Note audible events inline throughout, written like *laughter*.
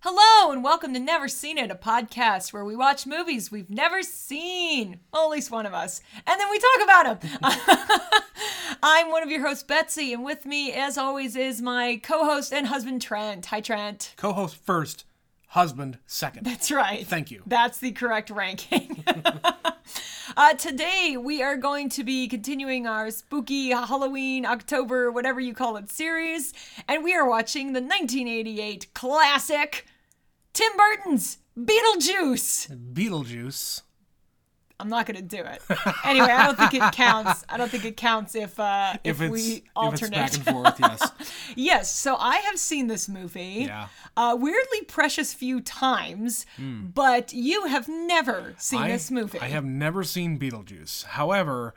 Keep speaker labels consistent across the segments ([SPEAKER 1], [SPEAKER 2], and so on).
[SPEAKER 1] Hello, and welcome to Never Seen It, a podcast where we watch movies we've never seen. Well, at least one of us. And then we talk about them. *laughs* I'm one of your hosts, Betsy, and with me, as always, is my co host and husband, Trent. Hi, Trent.
[SPEAKER 2] co host first, husband second.
[SPEAKER 1] That's right.
[SPEAKER 2] Thank you.
[SPEAKER 1] That's the correct ranking. *laughs* uh, today, we are going to be continuing our spooky Halloween, October, whatever you call it, series. And we are watching the 1988 classic Tim Burton's Beetlejuice.
[SPEAKER 2] Beetlejuice.
[SPEAKER 1] I'm not going to do it. Anyway, I don't think
[SPEAKER 2] *laughs*
[SPEAKER 1] it counts. I don't think it counts if uh, if,
[SPEAKER 2] If it's,
[SPEAKER 1] we
[SPEAKER 2] if it's
[SPEAKER 1] alternate.
[SPEAKER 2] back and forth, yes.
[SPEAKER 1] *laughs* Yes, so I have seen this movie.
[SPEAKER 2] Yeah. Hmm.
[SPEAKER 1] Uh, weirdly precious few times, but you have never seen this movie.
[SPEAKER 2] I have never seen Beetlejuice. However,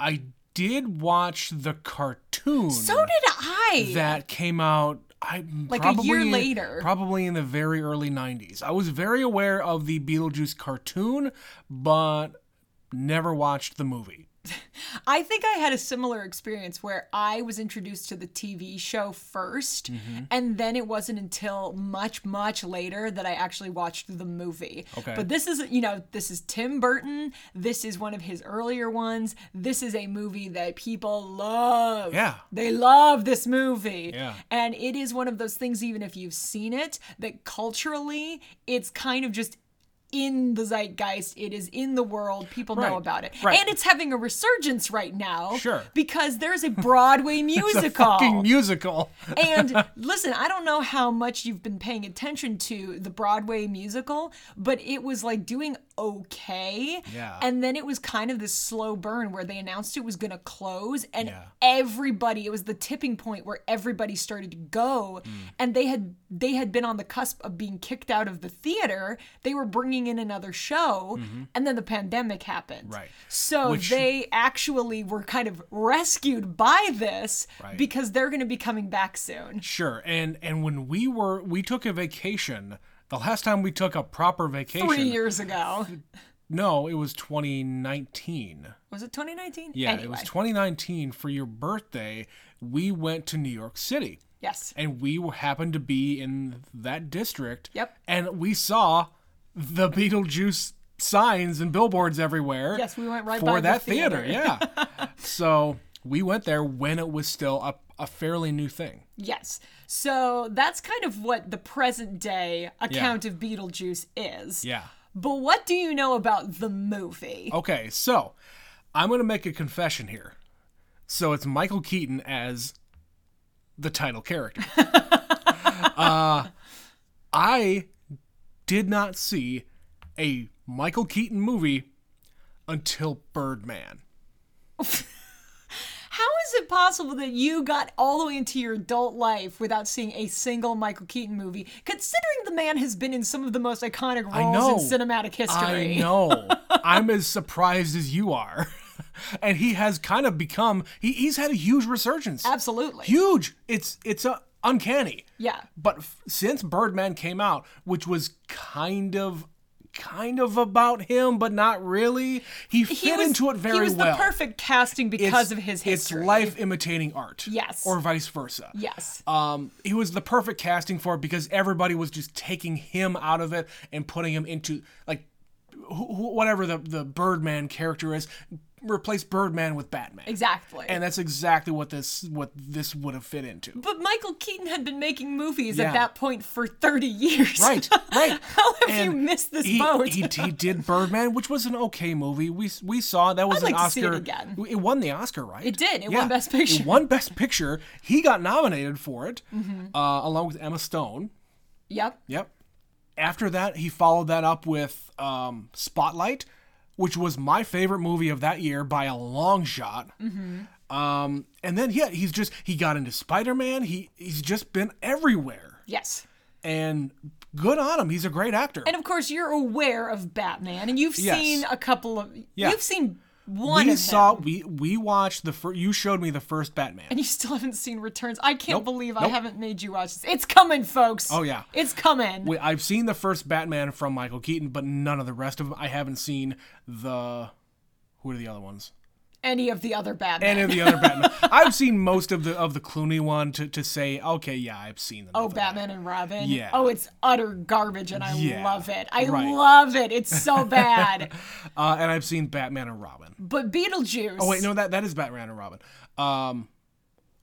[SPEAKER 2] I did watch the cartoon
[SPEAKER 1] So did I.
[SPEAKER 2] that came out. I
[SPEAKER 1] Like a
[SPEAKER 2] probably,
[SPEAKER 1] year later.
[SPEAKER 2] probably in the very early '90s. I was very aware of the Beetlejuice cartoon, but never watched the movie.
[SPEAKER 1] I think I had a similar experience where I was introduced to the TV show 1st
[SPEAKER 2] Mm-hmm.
[SPEAKER 1] and then it wasn't until much, much later that I actually watched the movie.
[SPEAKER 2] Okay.
[SPEAKER 1] But this is, you know, this is Tim Burton. This is one of his earlier ones. This is a movie that people love.
[SPEAKER 2] Yeah.
[SPEAKER 1] They love this movie.
[SPEAKER 2] Yeah.
[SPEAKER 1] And it is one of those things, even if you've seen it, that culturally it's kind of just in the zeitgeist. It is in the world. People know
[SPEAKER 2] Right.
[SPEAKER 1] about it.
[SPEAKER 2] Right.
[SPEAKER 1] And it's having a resurgence right now.
[SPEAKER 2] Sure.
[SPEAKER 1] Because there's a
[SPEAKER 2] *laughs*
[SPEAKER 1] Broadway musical.
[SPEAKER 2] It's a
[SPEAKER 1] Oh.
[SPEAKER 2] fucking *laughs* musical.
[SPEAKER 1] and listen, I don't know how much you've been paying attention to the Broadway musical, but it was like doing okay.
[SPEAKER 2] Yeah.
[SPEAKER 1] And then it was kind of this slow burn where they announced it was going to close and
[SPEAKER 2] Yeah.
[SPEAKER 1] everybody it was the tipping point where everybody started to go
[SPEAKER 2] Mm.
[SPEAKER 1] and they had they had been on the cusp of being kicked out of the theater. They were bringing in another show and then the pandemic happened.
[SPEAKER 2] Mm-hmm. Right.
[SPEAKER 1] So
[SPEAKER 2] Which-
[SPEAKER 1] they actually were kind of rescued by this
[SPEAKER 2] Right.
[SPEAKER 1] because they're going to be coming back soon.
[SPEAKER 2] Sure. And and when we were we took a vacation, the last time we took a proper vacation.
[SPEAKER 1] Three years ago.
[SPEAKER 2] *laughs* No, it was 2019.
[SPEAKER 1] Was it 2019?
[SPEAKER 2] Yeah,
[SPEAKER 1] Anyway.
[SPEAKER 2] it was 2019 for your birthday. We went to New York City
[SPEAKER 1] yes.
[SPEAKER 2] and we were- happened to be in that district.
[SPEAKER 1] Yep.
[SPEAKER 2] And we saw the Beetlejuice signs and billboards everywhere.
[SPEAKER 1] Yes, we went right
[SPEAKER 2] for
[SPEAKER 1] by the
[SPEAKER 2] that
[SPEAKER 1] theater. *laughs*
[SPEAKER 2] Yeah. so we went there when it was still a, a fairly new thing.
[SPEAKER 1] Yes. So that's kind of what the present day account of Beetlejuice is.
[SPEAKER 2] Yeah. Oh.
[SPEAKER 1] But what do you know about the movie?
[SPEAKER 2] Okay, so I'm going to make a confession here. So it's Michael Keaton as the title character. uh, I did not see a Michael Keaton movie until Birdman.
[SPEAKER 1] How is it possible that you got all the way into your adult life without seeing a single Michael Keaton movie, considering the man has been in some of the most iconic roles in
[SPEAKER 2] know.
[SPEAKER 1] cinematic history?
[SPEAKER 2] I know. I'm as surprised as you are. *laughs* and he has kind of become he, he's had a huge resurgence.
[SPEAKER 1] Absolutely.
[SPEAKER 2] Huge. It's it's a uncanny.
[SPEAKER 1] yeah.
[SPEAKER 2] But f- since Birdman came out, which was kind of kind of about him, but not really, he fit into it very
[SPEAKER 1] he was
[SPEAKER 2] well.
[SPEAKER 1] the perfect casting because
[SPEAKER 2] It's-
[SPEAKER 1] of his history.
[SPEAKER 2] It's life imitating art.
[SPEAKER 1] Yes.
[SPEAKER 2] Or vice versa.
[SPEAKER 1] Yes.
[SPEAKER 2] Um, he was the perfect casting for it because everybody was just taking him out of it and putting him into like wh- wh- whatever the the Birdman character is. Replace Birdman with Batman,
[SPEAKER 1] exactly.
[SPEAKER 2] and that's exactly what this what this would have fit into.
[SPEAKER 1] but Michael Keaton had been making movies
[SPEAKER 2] Yeah.
[SPEAKER 1] at that point for 30 years. *laughs*
[SPEAKER 2] Right, right.
[SPEAKER 1] How have you
[SPEAKER 2] And
[SPEAKER 1] missed this
[SPEAKER 2] he,
[SPEAKER 1] boat?
[SPEAKER 2] He, he did Birdman, which was an okay movie. We we saw that was
[SPEAKER 1] I'd
[SPEAKER 2] an
[SPEAKER 1] like to see it
[SPEAKER 2] Oscar.
[SPEAKER 1] again.
[SPEAKER 2] It won the Oscar, right?
[SPEAKER 1] It did. It won Best Picture.
[SPEAKER 2] It won Best Picture. He got nominated for it,
[SPEAKER 1] Mm-hmm.
[SPEAKER 2] uh, along with Emma Stone.
[SPEAKER 1] yep.
[SPEAKER 2] Yep. After that, he followed that up with um, Spotlight, which was my favorite movie of that year by a long shot.
[SPEAKER 1] Mm-hmm.
[SPEAKER 2] Um, and then yeah, he's just he got into Spider Man. He he's just been everywhere,
[SPEAKER 1] Yes.
[SPEAKER 2] and good on him. He's a great actor.
[SPEAKER 1] And of course, you're aware of Batman, and you've
[SPEAKER 2] Yes.
[SPEAKER 1] seen a couple of.
[SPEAKER 2] Yeah.
[SPEAKER 1] You've seen one
[SPEAKER 2] we
[SPEAKER 1] of
[SPEAKER 2] saw
[SPEAKER 1] him,
[SPEAKER 2] we we watched the first. You showed me the first Batman.
[SPEAKER 1] and you still haven't seen Returns. I can't
[SPEAKER 2] Nope.
[SPEAKER 1] believe I
[SPEAKER 2] Nope.
[SPEAKER 1] haven't made you watch this. It's coming, folks.
[SPEAKER 2] Oh, yeah.
[SPEAKER 1] It's coming.
[SPEAKER 2] Wait, I've seen the first Batman from Michael Keaton, but none of the rest of them. I haven't seen the. Who are the other ones?
[SPEAKER 1] any of the other Batman.
[SPEAKER 2] Any of the
[SPEAKER 1] *laughs*
[SPEAKER 2] other Batman. I've seen most of the of the Clooney one to, to say, okay, yeah, I've seen them.
[SPEAKER 1] Oh, Batman and Robin.
[SPEAKER 2] Yeah.
[SPEAKER 1] Oh, it's utter garbage, and I
[SPEAKER 2] Yeah,
[SPEAKER 1] love it. I
[SPEAKER 2] right.
[SPEAKER 1] love it. It's so
[SPEAKER 2] *laughs*
[SPEAKER 1] bad.
[SPEAKER 2] Uh, and I've seen Batman and Robin.
[SPEAKER 1] but Beetlejuice.
[SPEAKER 2] Oh wait, no, that that is Batman and Robin. Um,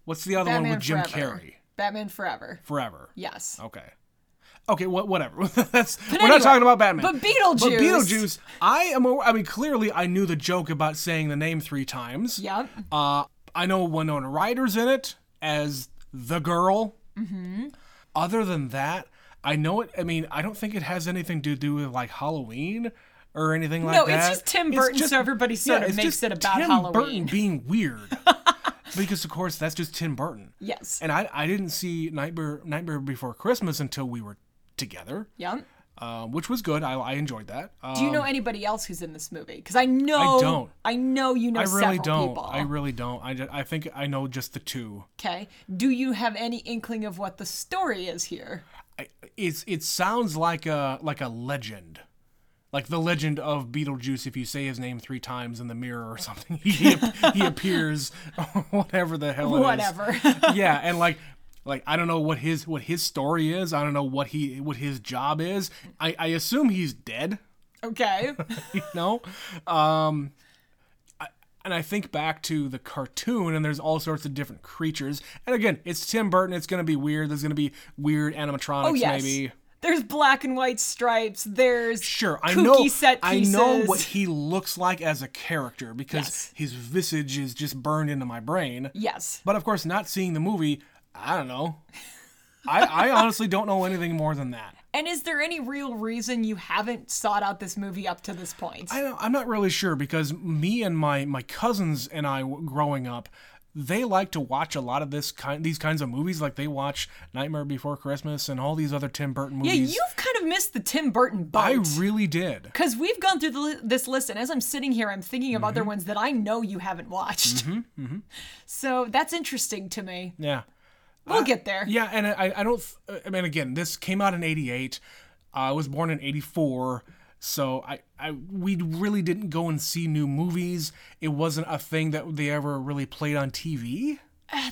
[SPEAKER 2] what's the other
[SPEAKER 1] Batman
[SPEAKER 2] one with Jim
[SPEAKER 1] Forever.
[SPEAKER 2] Carrey?
[SPEAKER 1] Batman Forever.
[SPEAKER 2] Forever.
[SPEAKER 1] Yes.
[SPEAKER 2] Okay. Okay. What? Whatever. *laughs* That's we're
[SPEAKER 1] anyway,
[SPEAKER 2] not talking about Batman.
[SPEAKER 1] but Beetlejuice-
[SPEAKER 2] But Beetlejuice. I am. aw- I mean, clearly, I knew the joke about saying the name three times.
[SPEAKER 1] Yep.
[SPEAKER 2] Uh, I know Winona Ryder's in it as the girl. Mm-hmm. Other than that, I know it. I mean, I don't think it has anything to do with like Halloween or anything like
[SPEAKER 1] No,
[SPEAKER 2] that.
[SPEAKER 1] it's just Tim Burton, so everybody sort of
[SPEAKER 2] it's
[SPEAKER 1] makes
[SPEAKER 2] just
[SPEAKER 1] it about
[SPEAKER 2] Tim Burton
[SPEAKER 1] Halloween.
[SPEAKER 2] being
[SPEAKER 1] *laughs*
[SPEAKER 2] weird, because of course that's just Tim Burton.
[SPEAKER 1] Yes.
[SPEAKER 2] And I, I didn't see Nightmare Nightmare Before Christmas until we were together,
[SPEAKER 1] Yep.
[SPEAKER 2] um, which was good. I, I enjoyed that. Um,
[SPEAKER 1] Do you know anybody else who's in this movie? Because I know.
[SPEAKER 2] don't.
[SPEAKER 1] I know you know
[SPEAKER 2] I really
[SPEAKER 1] several
[SPEAKER 2] don't.
[SPEAKER 1] people.
[SPEAKER 2] I really don't. I, ju- I think I know just the two.
[SPEAKER 1] okay. Do you have any inkling of what the story is here?
[SPEAKER 2] I, it's it sounds like a like a legend, like the legend of Beetlejuice. If you say his name three times in the mirror or something, *laughs* he
[SPEAKER 1] *laughs*
[SPEAKER 2] ap- he appears, *laughs* whatever the hell. it is.
[SPEAKER 1] Whatever. *laughs*
[SPEAKER 2] yeah, and like like I don't know what his what his story is. I don't know what he what his job is. I I assume he's dead. *laughs*
[SPEAKER 1] okay.
[SPEAKER 2] you know um I- and I think back to the cartoon, and there's all sorts of different creatures. And again, it's Tim Burton. It's going to be weird. There's going to be weird animatronics,
[SPEAKER 1] Oh yes.
[SPEAKER 2] maybe.
[SPEAKER 1] There's black and white stripes. There's
[SPEAKER 2] Sure, I
[SPEAKER 1] kooky
[SPEAKER 2] know.
[SPEAKER 1] set
[SPEAKER 2] I
[SPEAKER 1] pieces.
[SPEAKER 2] know what he looks like as a character because
[SPEAKER 1] Yes.
[SPEAKER 2] his visage is just burned into my brain.
[SPEAKER 1] Yes.
[SPEAKER 2] But of course, not seeing the movie, I don't know. I, I honestly don't know anything more than that.
[SPEAKER 1] And is there any real reason you haven't sought out this movie up to this point?
[SPEAKER 2] I don't, I'm not really sure because me and my my cousins and I w- growing up, they like to watch a lot of this kind these kinds of movies. Like they watch Nightmare Before Christmas and all these other Tim Burton
[SPEAKER 1] yeah,
[SPEAKER 2] movies.
[SPEAKER 1] you've kind of missed the Tim Burton boat.
[SPEAKER 2] I really did.
[SPEAKER 1] Because we've gone through the, li- this list, and as I'm sitting here, I'm thinking of other
[SPEAKER 2] Mm-hmm.
[SPEAKER 1] ones that I know you haven't watched. *laughs* So that's interesting to me.
[SPEAKER 2] Yeah,
[SPEAKER 1] We'll get there.
[SPEAKER 2] Uh, yeah, and I I don't. th- I mean, again, this came out in '88. I was born in '84. So I, I we really didn't go and see new movies. It wasn't a thing that they ever really played on TV.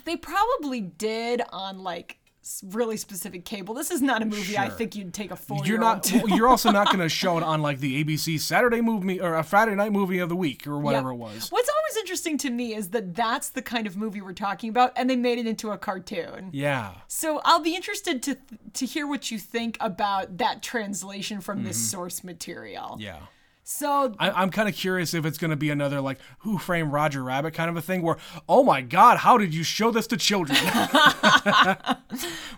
[SPEAKER 1] They probably did on like s- really specific cable. This is not a movie I
[SPEAKER 2] Sure.
[SPEAKER 1] think you'd take a four
[SPEAKER 2] You're
[SPEAKER 1] year old
[SPEAKER 2] not.
[SPEAKER 1] to.
[SPEAKER 2] well, You're also not going to show it on like the ABC Saturday movie or a Friday night movie of the week or whatever it was.
[SPEAKER 1] What's always interesting to me is that that's the kind of movie we're talking about, and they made it into a cartoon.
[SPEAKER 2] Yeah.
[SPEAKER 1] So I'll be interested to to hear what you think about that translation from this source material.
[SPEAKER 2] Mm-hmm. Yeah.
[SPEAKER 1] So
[SPEAKER 2] I, I'm kind of curious if it's going to be another like Who Framed Roger Rabbit kind of a thing where oh my God, how did you show this to children?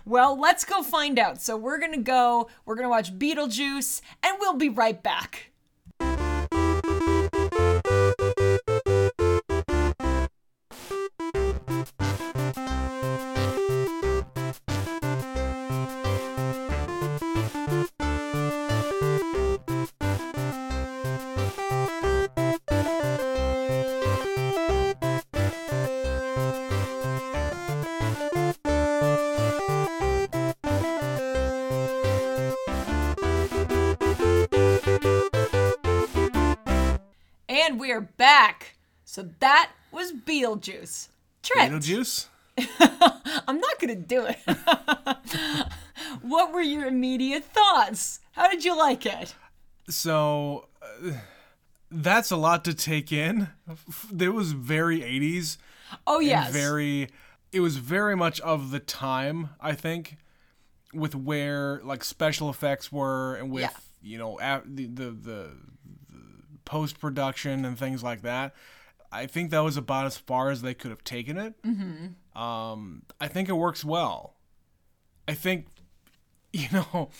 [SPEAKER 1] Well, let's go find out. So we're gonna go, we're gonna watch Beetlejuice, and we'll be right back. And we're back. So that was Beetlejuice. Trent,
[SPEAKER 2] Beetlejuice.
[SPEAKER 1] I'm not gonna do it. *laughs* what were your immediate thoughts? How did you like it?
[SPEAKER 2] So uh, that's a lot to take in. F- It was very 80s.
[SPEAKER 1] Oh yes.
[SPEAKER 2] and very it was very much of the time i think with where like special effects were and with
[SPEAKER 1] Yeah.
[SPEAKER 2] you know a the the, the, the post production and things like that i think that was about as far as they could have taken it mm-hmm. um, i think it works well i think *laughs* you know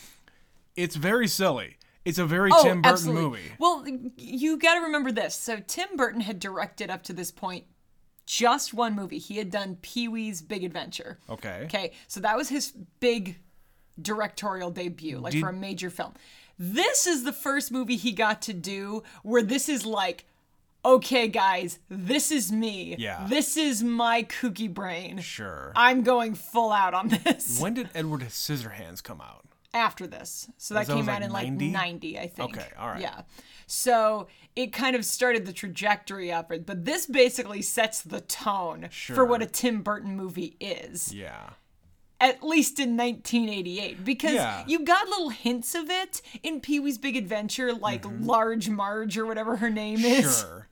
[SPEAKER 2] it's very silly it's a very
[SPEAKER 1] Oh,
[SPEAKER 2] tim burton
[SPEAKER 1] absolutely.
[SPEAKER 2] movie
[SPEAKER 1] Well, you got to remember this. So Tim Burton had directed up to this point just one movie. He had done Pee Wee's Big Adventure.
[SPEAKER 2] okay
[SPEAKER 1] Okay, so that was his big directorial debut, like for a major film. This is the first movie he got to do where this is like, okay, guys, this is me.
[SPEAKER 2] Yeah.
[SPEAKER 1] This is my kooky brain.
[SPEAKER 2] sure
[SPEAKER 1] I'm going full out on *laughs* this.
[SPEAKER 2] when did edward scissorhands come out
[SPEAKER 1] after this. So that
[SPEAKER 2] So it
[SPEAKER 1] came
[SPEAKER 2] was
[SPEAKER 1] out
[SPEAKER 2] like
[SPEAKER 1] in like
[SPEAKER 2] 90?
[SPEAKER 1] 90, I think.
[SPEAKER 2] Okay, all right.
[SPEAKER 1] Yeah. So it kind of started the trajectory of it, but this basically sets the tone for what
[SPEAKER 2] Sure.
[SPEAKER 1] a Tim Burton movie is,
[SPEAKER 2] Yeah.
[SPEAKER 1] at least in 1988, because
[SPEAKER 2] Yeah.
[SPEAKER 1] you got little hints of it in Pee Wee's Big Adventure, like Large Marge or whatever her name is.
[SPEAKER 2] Mm-hmm. Sure.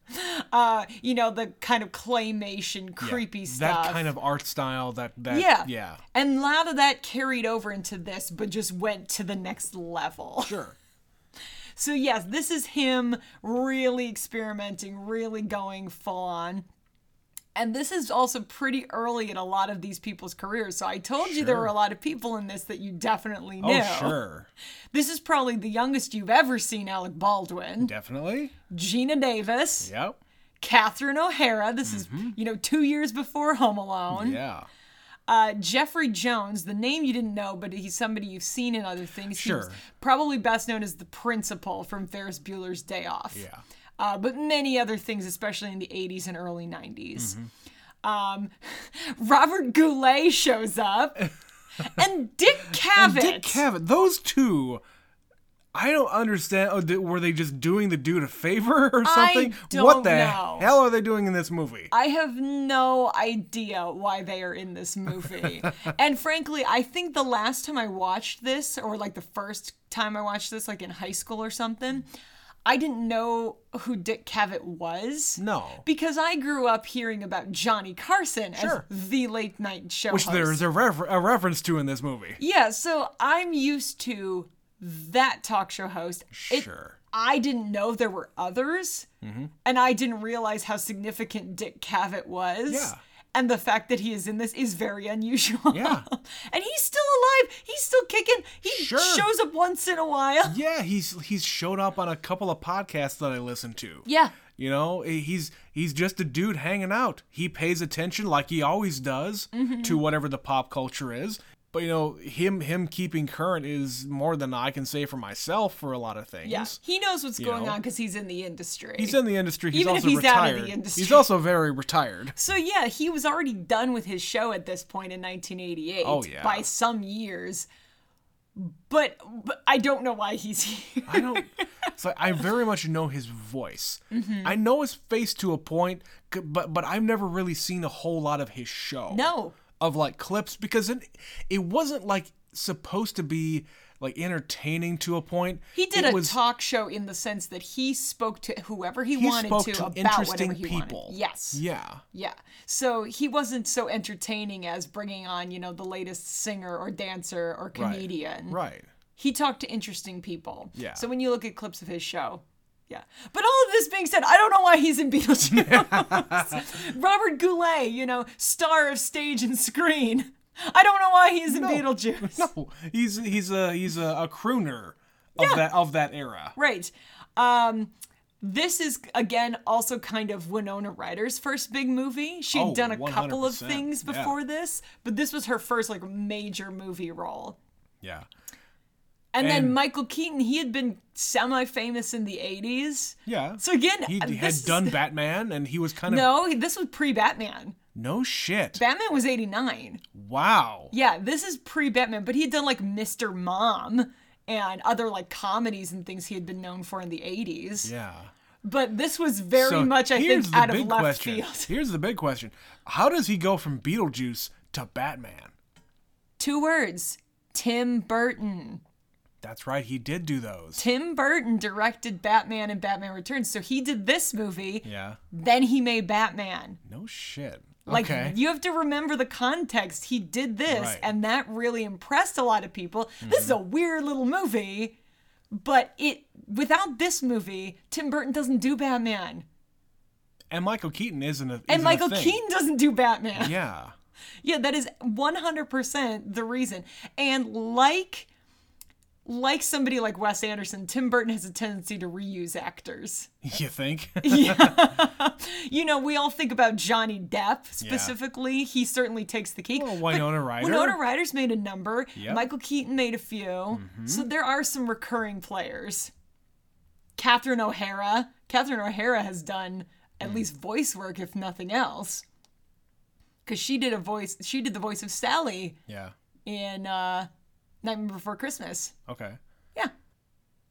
[SPEAKER 1] Uh, you know, the kind of claymation, creepy stuff.
[SPEAKER 2] That kind of art style. That that.
[SPEAKER 1] Yeah.
[SPEAKER 2] Yeah.
[SPEAKER 1] And a lot of that carried over into this, but just went to the next level. *laughs*
[SPEAKER 2] Sure.
[SPEAKER 1] So, yes, this is him really experimenting, really going full on. And this is also pretty early in a lot of these people's careers. So, I told you there were a lot of people in this that you definitely knew.
[SPEAKER 2] Oh, sure.
[SPEAKER 1] This is probably the youngest you've ever seen Alec Baldwin,
[SPEAKER 2] Definitely.
[SPEAKER 1] Gina Davis,
[SPEAKER 2] Yep.
[SPEAKER 1] Catherine O'Hara. This is, you know, two years before Home Alone.
[SPEAKER 2] Mm-hmm. Yeah.
[SPEAKER 1] Uh, Jeffrey Jones, the name you didn't know, but he's somebody you've seen in other things. He was
[SPEAKER 2] Sure.
[SPEAKER 1] probably best known as the principal from Ferris Bueller's Day Off.
[SPEAKER 2] Yeah.
[SPEAKER 1] Uh, but many other things, especially in the 80s and early 90s.
[SPEAKER 2] Mm-hmm.
[SPEAKER 1] Um, *laughs* Robert Goulet shows
[SPEAKER 2] *laughs*
[SPEAKER 1] up, and Dick Cavett.
[SPEAKER 2] Dick Cavett. Those two. I don't understand. Oh, did, were they just doing the dude a favor or
[SPEAKER 1] I
[SPEAKER 2] something?
[SPEAKER 1] don't
[SPEAKER 2] what the
[SPEAKER 1] know.
[SPEAKER 2] hell are they doing in this movie?
[SPEAKER 1] I have no idea why they are in this
[SPEAKER 2] *laughs*
[SPEAKER 1] movie. and frankly, I think the last time I watched this, or like the first time I watched this, like in high school or something, I didn't know who Dick Cavett was.
[SPEAKER 2] no.
[SPEAKER 1] Because I grew up hearing about Johnny Carson
[SPEAKER 2] Sure.
[SPEAKER 1] as the late night show
[SPEAKER 2] Which
[SPEAKER 1] host.
[SPEAKER 2] there is a, refer- a reference to in this movie.
[SPEAKER 1] yeah, so I'm used to that talk show host. It
[SPEAKER 2] sure.
[SPEAKER 1] I didn't know there were others,
[SPEAKER 2] Mm-hmm.
[SPEAKER 1] and I didn't realize how significant Dick Cavett was.
[SPEAKER 2] Yeah.
[SPEAKER 1] And the fact that he is in this is very unusual.
[SPEAKER 2] Yeah.
[SPEAKER 1] *laughs* and he's still alive. He's still kicking. He
[SPEAKER 2] Sure.
[SPEAKER 1] shows up once in a while.
[SPEAKER 2] Yeah, he's he's showed up on a couple of podcasts that I listen to.
[SPEAKER 1] Yeah.
[SPEAKER 2] You know, he's he's just a dude hanging out. He pays attention like he always does
[SPEAKER 1] Mm-hmm.
[SPEAKER 2] to whatever the pop culture is. But you know, him him keeping current is more than I can say for myself for a lot of things.
[SPEAKER 1] Yeah. He knows what's going
[SPEAKER 2] know.
[SPEAKER 1] on because he's in the industry.
[SPEAKER 2] He's in the industry. He's
[SPEAKER 1] Even if
[SPEAKER 2] also
[SPEAKER 1] he's out
[SPEAKER 2] retired.
[SPEAKER 1] of the industry.
[SPEAKER 2] He's also very retired.
[SPEAKER 1] *laughs* so yeah, he was already done with his show at this point in 1988
[SPEAKER 2] Oh, yeah.
[SPEAKER 1] by some years. But, but I don't know why he's *laughs* here.
[SPEAKER 2] I don't. It's like I very much know his voice.
[SPEAKER 1] Mm-hmm.
[SPEAKER 2] I know his face to a point, c- but but I've never really seen a whole lot of his show.
[SPEAKER 1] No.
[SPEAKER 2] of like clips because it it wasn't like supposed to be like entertaining to a point.
[SPEAKER 1] He did
[SPEAKER 2] it
[SPEAKER 1] a
[SPEAKER 2] was,
[SPEAKER 1] talk show in the sense that he spoke to whoever he,
[SPEAKER 2] He
[SPEAKER 1] wanted
[SPEAKER 2] spoke
[SPEAKER 1] to,
[SPEAKER 2] to,
[SPEAKER 1] about
[SPEAKER 2] interesting
[SPEAKER 1] whatever he
[SPEAKER 2] people.
[SPEAKER 1] wanted. Yes. Yeah.
[SPEAKER 2] Yeah.
[SPEAKER 1] So he wasn't so entertaining as bringing on, you know, the latest singer or dancer or comedian.
[SPEAKER 2] Right. *laughs*
[SPEAKER 1] He talked to interesting people.
[SPEAKER 2] Yeah.
[SPEAKER 1] So when you look at clips of his show, yeah. But all of this being said, I don't know why he's in
[SPEAKER 2] *laughs*
[SPEAKER 1] Beetlejuice. *laughs* Robert Goulet, you know, star of stage and screen. I don't know why he's in Beetlejuice.
[SPEAKER 2] No, he's he's a he's a, a crooner of that of that era.
[SPEAKER 1] Right. Um, this is again also kind of Winona Ryder's first big movie. She'd
[SPEAKER 2] Oh,
[SPEAKER 1] done a couple of
[SPEAKER 2] 100%,
[SPEAKER 1] things
[SPEAKER 2] yeah.
[SPEAKER 1] before this, but this was her first like major movie role.
[SPEAKER 2] Yeah.
[SPEAKER 1] And, then
[SPEAKER 2] And-
[SPEAKER 1] Michael Keaton, he had been semi-famous in the 80s.
[SPEAKER 2] Yeah.
[SPEAKER 1] So again,
[SPEAKER 2] he
[SPEAKER 1] uh,
[SPEAKER 2] d- had
[SPEAKER 1] this is- *laughs*
[SPEAKER 2] done Batman, and he was kind of no,
[SPEAKER 1] No, this was pre-Batman.
[SPEAKER 2] shit.
[SPEAKER 1] Batman was 89.
[SPEAKER 2] wow.
[SPEAKER 1] Yeah, this is pre-Batman, but he had done like Mr. Mom and other like comedies and things he had been known for in the 80s.
[SPEAKER 2] Yeah.
[SPEAKER 1] But this was very much, I
[SPEAKER 2] here's
[SPEAKER 1] think,
[SPEAKER 2] the
[SPEAKER 1] out of
[SPEAKER 2] big
[SPEAKER 1] left
[SPEAKER 2] question.
[SPEAKER 1] field. *laughs*
[SPEAKER 2] Here's the big question: How does he go from Beetlejuice to Batman?
[SPEAKER 1] Two words. Tim Burton.
[SPEAKER 2] That's right, he did do those.
[SPEAKER 1] Tim Burton directed Batman and Batman Returns. So he did this movie,
[SPEAKER 2] Yeah.
[SPEAKER 1] then he made Batman.
[SPEAKER 2] No shit.
[SPEAKER 1] Like
[SPEAKER 2] okay.
[SPEAKER 1] you have to remember the context. He did this
[SPEAKER 2] Right. Mm-hmm.
[SPEAKER 1] and that really impressed a lot of people. This is a weird little movie, but it without this movie, Tim Burton doesn't do Batman.
[SPEAKER 2] and Michael Keaton isn't a.
[SPEAKER 1] And
[SPEAKER 2] isn't a
[SPEAKER 1] Michael
[SPEAKER 2] thing.
[SPEAKER 1] Keaton doesn't do Batman.
[SPEAKER 2] Yeah. *laughs*
[SPEAKER 1] Yeah, that is 100% the reason. And like like somebody like Wes Anderson, Tim Burton has a tendency to reuse actors. *laughs*
[SPEAKER 2] You think? *laughs*
[SPEAKER 1] You know, we all think about Johnny Depp specifically. He certainly takes the cake.
[SPEAKER 2] Well,
[SPEAKER 1] but
[SPEAKER 2] Winona Ryder.
[SPEAKER 1] Winona Ryder's made a number.
[SPEAKER 2] Yep. Mm-hmm.
[SPEAKER 1] Michael Keaton made a few. So there are some recurring players. Catherine O'Hara. Catherine O'Hara has done at
[SPEAKER 2] Mm.
[SPEAKER 1] least voice work, if nothing else. Because she did a voice, she did the voice of Sally
[SPEAKER 2] yeah.
[SPEAKER 1] in uh Nightmare Before Christmas.
[SPEAKER 2] Okay.
[SPEAKER 1] Yeah.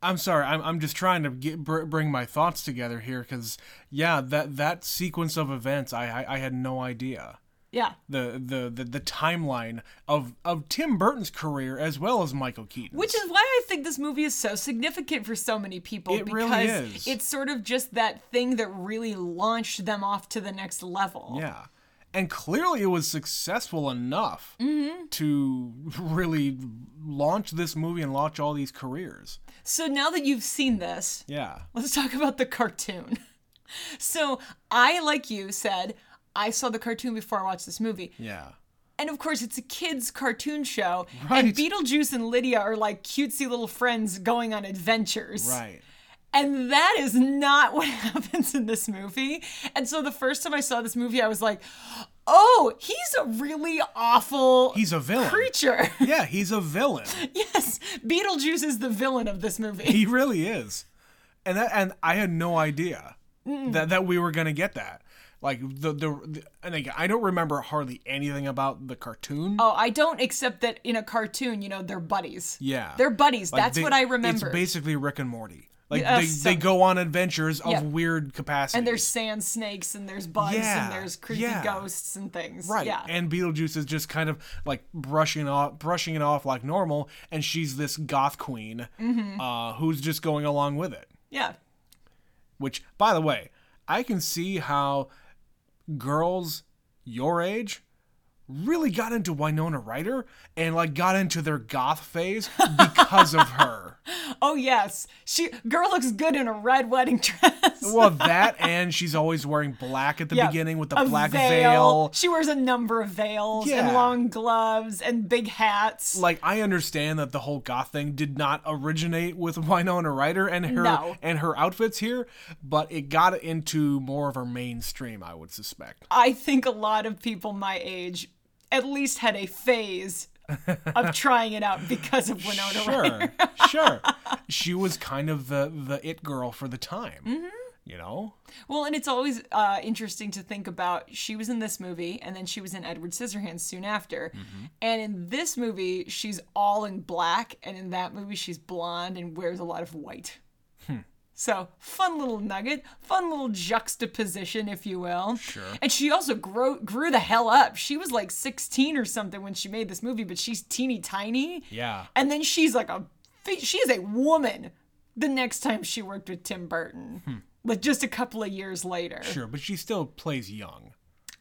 [SPEAKER 2] I'm sorry. I'm, I'm just trying to get br- bring my thoughts together here because yeah, that that sequence of events, I I, I had no idea
[SPEAKER 1] Yeah.
[SPEAKER 2] the, the the the timeline of of Tim Burton's career as well as Michael Keaton.
[SPEAKER 1] Which is why I think this movie is so significant for so many people
[SPEAKER 2] It
[SPEAKER 1] because
[SPEAKER 2] really is.
[SPEAKER 1] it's sort of just that thing that really launched them off to the next level.
[SPEAKER 2] yeah, and clearly it was successful enough
[SPEAKER 1] Mm-hmm.
[SPEAKER 2] to *laughs* really launch this movie and launch all these careers.
[SPEAKER 1] So now that you've seen this,
[SPEAKER 2] Yeah.
[SPEAKER 1] let's talk about the cartoon. *laughs* So I, like you, said I saw the cartoon before I watched this movie.
[SPEAKER 2] Yeah.
[SPEAKER 1] And of course, it's a kids' cartoon show.
[SPEAKER 2] Right.
[SPEAKER 1] And Beetlejuice and Lydia are like cutesy little friends going on adventures.
[SPEAKER 2] Right.
[SPEAKER 1] And that is not *laughs* what happens in this movie. And so the first time I saw this movie, I was like, oh, he's a really awful
[SPEAKER 2] He's a villain.
[SPEAKER 1] creature. *laughs*
[SPEAKER 2] Yeah, he's a villain.
[SPEAKER 1] yes, Beetlejuice is the villain of this movie.
[SPEAKER 2] He really is. And that, and I had no idea that, that we were gonna get that. Like the the, the and again, I don't remember hardly anything about the cartoon.
[SPEAKER 1] Oh, I don't accept that in a cartoon, you know, they're buddies.
[SPEAKER 2] yeah,
[SPEAKER 1] They're buddies.
[SPEAKER 2] Like,
[SPEAKER 1] That's
[SPEAKER 2] they-
[SPEAKER 1] what I remember.
[SPEAKER 2] It's basically Rick and Morty. Like
[SPEAKER 1] Yeah,
[SPEAKER 2] they, they
[SPEAKER 1] some-
[SPEAKER 2] go on adventures of
[SPEAKER 1] Yeah.
[SPEAKER 2] weird capacity.
[SPEAKER 1] and there's sand snakes and there's bugs
[SPEAKER 2] Yeah,
[SPEAKER 1] and there's creepy
[SPEAKER 2] yeah.
[SPEAKER 1] ghosts and things.
[SPEAKER 2] right,
[SPEAKER 1] Yeah.
[SPEAKER 2] and Beetlejuice is just kind of like brushing off, brushing it off like normal, and she's this goth queen
[SPEAKER 1] Mm-hmm.
[SPEAKER 2] uh, who's just going along with it.
[SPEAKER 1] yeah.
[SPEAKER 2] Which, by the way, I can see how girls your age really got into Winona Ryder and like got into their goth phase because of
[SPEAKER 1] *laughs*
[SPEAKER 2] her.
[SPEAKER 1] Oh yes. She girl looks good in a red wedding *laughs* dress.
[SPEAKER 2] Well, that and she's always wearing black at the
[SPEAKER 1] Yeah,
[SPEAKER 2] beginning with the
[SPEAKER 1] a
[SPEAKER 2] black veil.
[SPEAKER 1] She wears a number of veils
[SPEAKER 2] Yeah.
[SPEAKER 1] and long gloves and big hats.
[SPEAKER 2] Like I understand that the whole goth thing did not originate with *laughs* Winona Ryder and her
[SPEAKER 1] No.
[SPEAKER 2] and her outfits here, but it got into more of her mainstream, I would suspect.
[SPEAKER 1] I think a lot of people my age at least had a
[SPEAKER 2] *laughs*
[SPEAKER 1] phase of trying it out because of Winona Ryder. *laughs*
[SPEAKER 2] sure, sure. She was kind of the the it girl for the time.
[SPEAKER 1] Mm-hmm.
[SPEAKER 2] You know,
[SPEAKER 1] Well, and it's always uh, interesting to think about. She was in this movie, and then she was in Edward Scissorhands soon after. And in this movie, she's all in black, and in that movie, she's blonde and wears a lot of white. So, fun little nugget, fun little juxtaposition, if you will. Sure. And she also grew, grew the hell up. She was like 16 or something when she made this movie, but she's teeny tiny.
[SPEAKER 2] Yeah.
[SPEAKER 1] And then she's like a, fe- she is a woman the next time she worked with Tim Burton. Like just a couple of years later.
[SPEAKER 2] Hmm. sure, but she still plays young.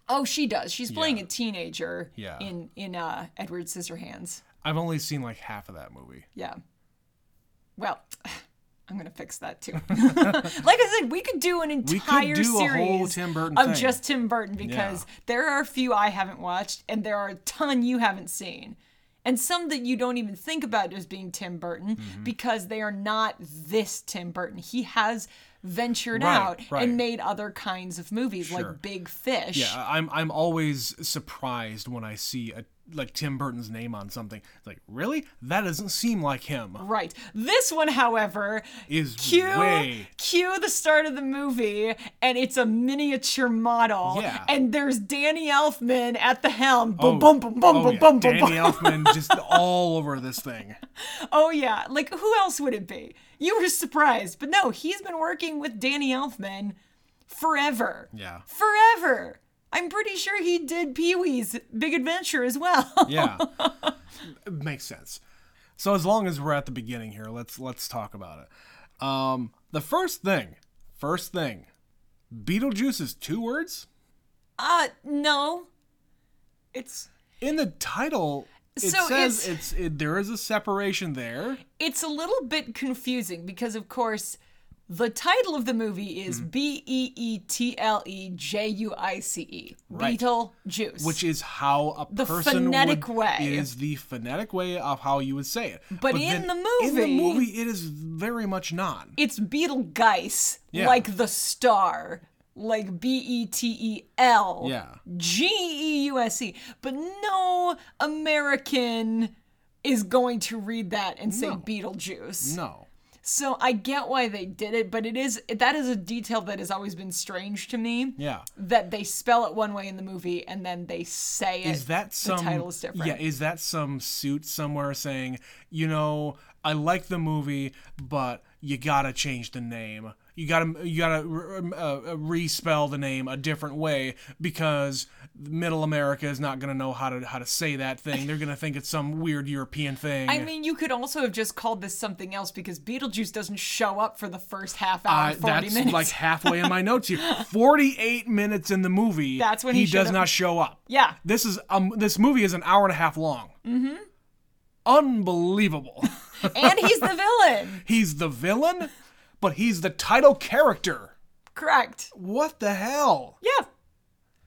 [SPEAKER 1] Oh, she does. She's playing a teenager
[SPEAKER 2] Yeah.
[SPEAKER 1] in in uh, Edward Scissorhands.
[SPEAKER 2] I've only seen like half of that movie.
[SPEAKER 1] Yeah. Well, *sighs* I'm gonna fix that
[SPEAKER 2] *laughs*
[SPEAKER 1] too. *laughs* like I said, we could do an entire
[SPEAKER 2] do a whole
[SPEAKER 1] series
[SPEAKER 2] Tim Burton
[SPEAKER 1] of
[SPEAKER 2] thing.
[SPEAKER 1] just Tim Burton because there are a few I haven't watched, and there are a ton you haven't seen, and some that you don't even think about as being Tim Burton
[SPEAKER 2] Mm-hmm.
[SPEAKER 1] because they are not this Tim Burton. He has ventured
[SPEAKER 2] Right,
[SPEAKER 1] out
[SPEAKER 2] right.
[SPEAKER 1] and made other kinds of movies
[SPEAKER 2] Sure.
[SPEAKER 1] like Big Fish.
[SPEAKER 2] Yeah, I'm I'm always surprised when I see a like Tim Burton's name on something. It's like, really? That doesn't seem like him.
[SPEAKER 1] Right. This one, however,
[SPEAKER 2] Is
[SPEAKER 1] cue
[SPEAKER 2] way
[SPEAKER 1] cue the start of the movie, and it's a miniature model.
[SPEAKER 2] Yeah.
[SPEAKER 1] And there's Danny Elfman at the helm. Boom,
[SPEAKER 2] Oh,
[SPEAKER 1] boom, boom, boom,
[SPEAKER 2] oh,
[SPEAKER 1] boom,
[SPEAKER 2] yeah.
[SPEAKER 1] boom, boom,
[SPEAKER 2] Danny
[SPEAKER 1] boom. *laughs*
[SPEAKER 2] Elfman just all over this thing.
[SPEAKER 1] Oh yeah. Like who else would it be? You were surprised, but no, he's been working with Danny Elfman forever.
[SPEAKER 2] Yeah.
[SPEAKER 1] Forever. I'm pretty sure he did Pee Wee's Big Adventure as well.
[SPEAKER 2] Yeah. It Makes sense. So as long as we're at the beginning here, let's let's talk about it. Um the first thing, first thing. Beetlejuice is two words?
[SPEAKER 1] *laughs* Uh, no. It's
[SPEAKER 2] In the title it
[SPEAKER 1] So
[SPEAKER 2] says
[SPEAKER 1] it's-
[SPEAKER 2] it's, it, there is a separation there.
[SPEAKER 1] it's a little bit confusing because of course the title of the movie
[SPEAKER 2] Mm-hmm.
[SPEAKER 1] is B E E T L E J U I C E.
[SPEAKER 2] Right.
[SPEAKER 1] Beetle juice.
[SPEAKER 2] which is how a
[SPEAKER 1] The
[SPEAKER 2] person
[SPEAKER 1] phonetic
[SPEAKER 2] would,
[SPEAKER 1] way.
[SPEAKER 2] It is the phonetic way of how you would say it.
[SPEAKER 1] But in
[SPEAKER 2] then-
[SPEAKER 1] the
[SPEAKER 2] in the
[SPEAKER 1] movie-
[SPEAKER 2] movie, it is very much not.
[SPEAKER 1] it's Beetlegeist,
[SPEAKER 2] Yeah.
[SPEAKER 1] like the star, like B E T E L
[SPEAKER 2] Yeah.
[SPEAKER 1] G E U S E. But no American is going to read that and say Beetlejuice.
[SPEAKER 2] No,
[SPEAKER 1] So I get why they did it, but it is that is a detail that has always been strange to me.
[SPEAKER 2] Yeah.
[SPEAKER 1] That they spell it one way in the movie and then they say it.
[SPEAKER 2] Is that
[SPEAKER 1] *laughs*
[SPEAKER 2] some
[SPEAKER 1] the title is different?
[SPEAKER 2] Yeah, is that some suit somewhere saying, you know, I like the movie, but you gotta change the name. You gotta you gotta uh, uh, respell the name a different way because Middle America is not gonna know how to how to say that thing. They're gonna think it's some weird European thing.
[SPEAKER 1] I mean, you could also have just called this something else because Beetlejuice doesn't show up for the first half hour,
[SPEAKER 2] I-
[SPEAKER 1] forty
[SPEAKER 2] that's
[SPEAKER 1] minutes.
[SPEAKER 2] like halfway in my
[SPEAKER 1] *laughs*
[SPEAKER 2] notes here. Forty-eight minutes in the movie,
[SPEAKER 1] That's when he
[SPEAKER 2] does
[SPEAKER 1] should've-
[SPEAKER 2] not show up.
[SPEAKER 1] *laughs* yeah,
[SPEAKER 2] This is um this movie is an hour and a half long. Mm-hmm. Unbelievable. *laughs*
[SPEAKER 1] and he's the villain.
[SPEAKER 2] he's the villain, but he's the title character.
[SPEAKER 1] Correct.
[SPEAKER 2] What the hell?
[SPEAKER 1] Yeah,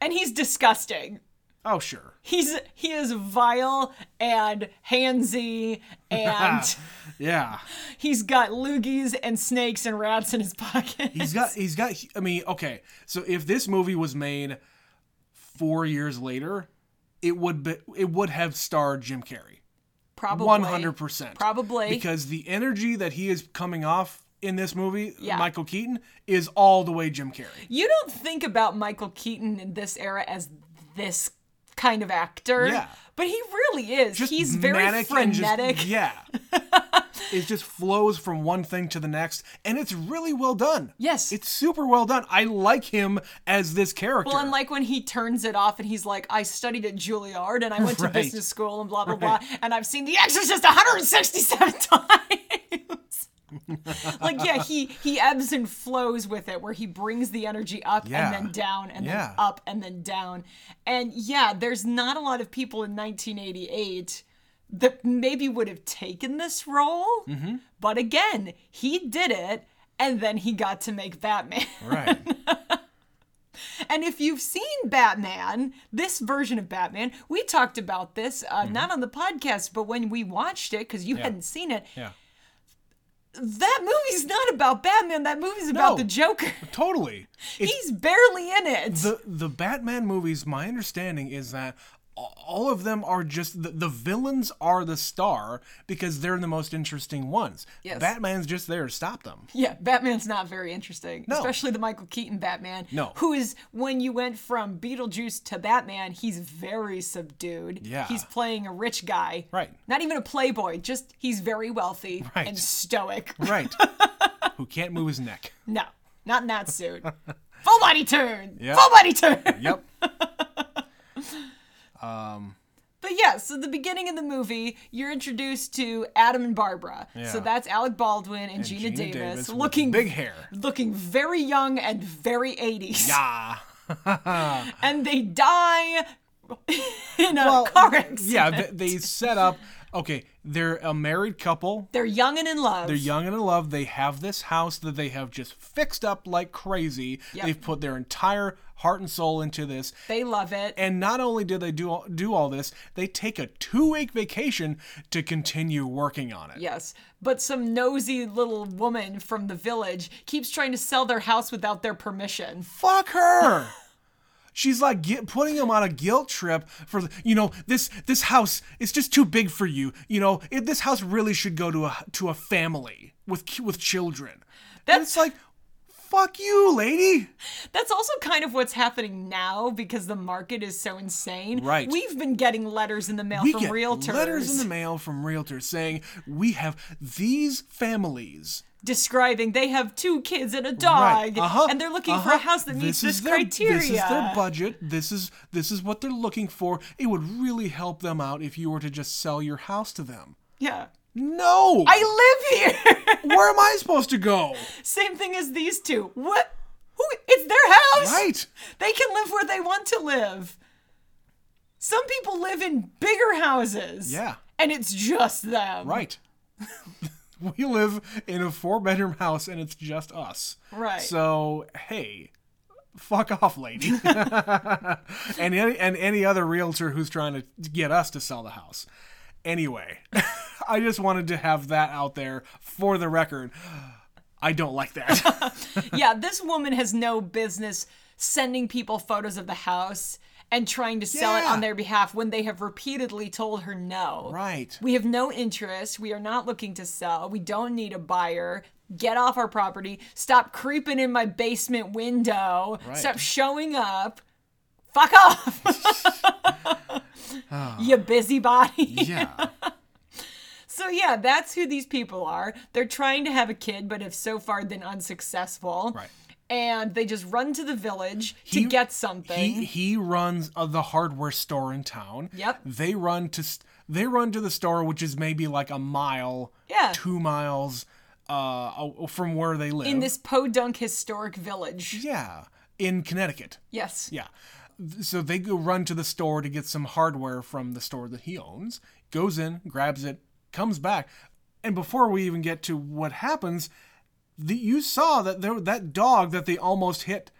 [SPEAKER 1] and he's disgusting.
[SPEAKER 2] Oh sure.
[SPEAKER 1] He's he is vile and
[SPEAKER 2] *laughs*
[SPEAKER 1] handsy, *laughs* and
[SPEAKER 2] Ah, Yeah.
[SPEAKER 1] he's got loogies and snakes and rats in his pocket.
[SPEAKER 2] He's got he's got I mean, okay. So if this movie was made 4 years later, it would be, it would have starred Jim Carrey.
[SPEAKER 1] *laughs* probably
[SPEAKER 2] 100%.
[SPEAKER 1] Probably.
[SPEAKER 2] Because the energy that he is coming off in this movie,
[SPEAKER 1] Yeah.
[SPEAKER 2] Michael Keaton, is all the way Jim Carrey.
[SPEAKER 1] You don't think about Michael Keaton in this era as this kind of actor.
[SPEAKER 2] Yeah.
[SPEAKER 1] But he really is. He's very
[SPEAKER 2] manic and just-
[SPEAKER 1] frenetic. *laughs*
[SPEAKER 2] yeah. it just flows from one thing to the next, and it's really well done.
[SPEAKER 1] Yes.
[SPEAKER 2] It's super well done. I like him as this character.
[SPEAKER 1] well, and like when he turns it off and he's like, I studied at Juilliard and I went
[SPEAKER 2] *laughs* Right.
[SPEAKER 1] to business school and blah, blah, blah. And I've seen The Exorcist 167 *laughs* times. *laughs* like, yeah, he, he ebbs and flows with it where he brings the energy up
[SPEAKER 2] Yeah.
[SPEAKER 1] and then down and
[SPEAKER 2] Yeah.
[SPEAKER 1] then up and then down. And yeah, there's not a lot of people in 1988 that maybe would have taken this role.
[SPEAKER 2] Mm-hmm.
[SPEAKER 1] But again, he did it and then he got to make Batman. *laughs*
[SPEAKER 2] right. *laughs*
[SPEAKER 1] And if you've seen Batman, this version of Batman, we talked about this uh, not on the podcast, but when we watched it because you hadn't seen it.
[SPEAKER 2] Mm-hmm. Yeah.
[SPEAKER 1] That movie's not about Batman. That movie's about
[SPEAKER 2] No.
[SPEAKER 1] the Joker.
[SPEAKER 2] Totally. It's
[SPEAKER 1] *laughs* He's barely in it.
[SPEAKER 2] the the Batman movies. My understanding is that a- all of them are just the, the villains are the star because they're the most interesting ones.
[SPEAKER 1] Yes.
[SPEAKER 2] Batman's just there to stop them.
[SPEAKER 1] yeah, Batman's not very interesting, especially the Michael Keaton Batman.
[SPEAKER 2] No.
[SPEAKER 1] who is when you went from Beetlejuice to Batman, he's very subdued.
[SPEAKER 2] Yeah.
[SPEAKER 1] he's playing a rich guy.
[SPEAKER 2] Right.
[SPEAKER 1] Not even a playboy. Just he's very wealthy
[SPEAKER 2] Right.
[SPEAKER 1] and stoic.
[SPEAKER 2] Right.
[SPEAKER 1] *laughs*
[SPEAKER 2] Who can't move his neck.
[SPEAKER 1] No, not in that
[SPEAKER 2] *laughs*
[SPEAKER 1] suit. Full body turn.
[SPEAKER 2] Yep.
[SPEAKER 1] Full body turn. *laughs*
[SPEAKER 2] Yep.
[SPEAKER 1] But yeah, so the beginning of the movie, you're introduced to Adam and Barbara. So
[SPEAKER 2] Yeah.
[SPEAKER 1] that's Alec Baldwin and, Gina,
[SPEAKER 2] Gina
[SPEAKER 1] Davis,
[SPEAKER 2] Davis with
[SPEAKER 1] looking
[SPEAKER 2] big hair.
[SPEAKER 1] *laughs* looking very young and very 80s.
[SPEAKER 2] Ah. *laughs*
[SPEAKER 1] And they die *laughs* in a *laughs*
[SPEAKER 2] Well,
[SPEAKER 1] car accident.
[SPEAKER 2] Yeah, they, they set up. Okay, they're a married couple.
[SPEAKER 1] They're young and in love.
[SPEAKER 2] They're young and in love. They have this house that they have just fixed up like crazy.
[SPEAKER 1] Yep.
[SPEAKER 2] They've put their entire heart and soul into this.
[SPEAKER 1] They love it.
[SPEAKER 2] And not only do they do all, do all this, they take a two week vacation to continue working on it.
[SPEAKER 1] Yes, but some nosy little woman from the village keeps trying to sell their house without their permission. *laughs*
[SPEAKER 2] Fuck her. She's like get, putting him on a guilt trip for you know this this house is just too big for you. You know it, this house really should go to a to a family with ki- with children. and
[SPEAKER 1] That's-
[SPEAKER 2] it's like, fuck you, lady.
[SPEAKER 1] That's also kind of what's happening now because the market is so insane.
[SPEAKER 2] Right.
[SPEAKER 1] We've been getting letters in the mail
[SPEAKER 2] We
[SPEAKER 1] from
[SPEAKER 2] get
[SPEAKER 1] realtors
[SPEAKER 2] letters in the mail from realtors saying we have these families.
[SPEAKER 1] describing they have two kids and a dog,
[SPEAKER 2] Uh-huh.
[SPEAKER 1] Oh, and they're looking for
[SPEAKER 2] Uh-huh.
[SPEAKER 1] a house that meets this,
[SPEAKER 2] is their-
[SPEAKER 1] criteria.
[SPEAKER 2] This is their budget. This is this is what they're looking for. It would really help them out if you were to just sell your house to them.
[SPEAKER 1] yeah.
[SPEAKER 2] No.
[SPEAKER 1] I live here. *laughs*
[SPEAKER 2] Where am I supposed to go?
[SPEAKER 1] Same thing as these two. What? Who? It's their house.
[SPEAKER 2] Right.
[SPEAKER 1] They can live where they want to live. Some people live in bigger houses.
[SPEAKER 2] Yeah.
[SPEAKER 1] And it's just them.
[SPEAKER 2] Right. *laughs* we live in a four bedroom house and it's just us.
[SPEAKER 1] Right.
[SPEAKER 2] So, hey, fuck off, lady. *laughs* and any, and any other realtor who's trying to get us to sell the house. Anyway, *laughs* I just wanted to have that out there for the record. I don't like that.
[SPEAKER 1] yeah, this woman has no business sending people photos of the house and trying to sell it
[SPEAKER 2] Yeah.
[SPEAKER 1] on their behalf when they have repeatedly told her no.
[SPEAKER 2] Right.
[SPEAKER 1] We have no interest. We are not looking to sell. We don't need a buyer. Get off our property. Stop creeping in my basement window.
[SPEAKER 2] Right.
[SPEAKER 1] Stop showing up. Fuck off. *laughs*
[SPEAKER 2] *sighs*
[SPEAKER 1] you busybody.
[SPEAKER 2] Yeah.
[SPEAKER 1] So yeah, that's who these people are. They're trying to have a kid, but have so far been unsuccessful.
[SPEAKER 2] Right.
[SPEAKER 1] And they just run to the village
[SPEAKER 2] He-
[SPEAKER 1] to get something.
[SPEAKER 2] He he runs uh, the hardware store in town.
[SPEAKER 1] Yep.
[SPEAKER 2] They run to st- they run to the store, which is maybe like a mile,
[SPEAKER 1] Yeah.
[SPEAKER 2] two miles, uh, aw- from where they live.
[SPEAKER 1] in this podunk historic village.
[SPEAKER 2] yeah, in Connecticut.
[SPEAKER 1] Yes.
[SPEAKER 2] Yeah. Th- So they go run to the store to get some hardware from the store that he owns, goes in, grabs it, comes back. And before we even get to what happens, the, you saw that there, that dog that they almost hit,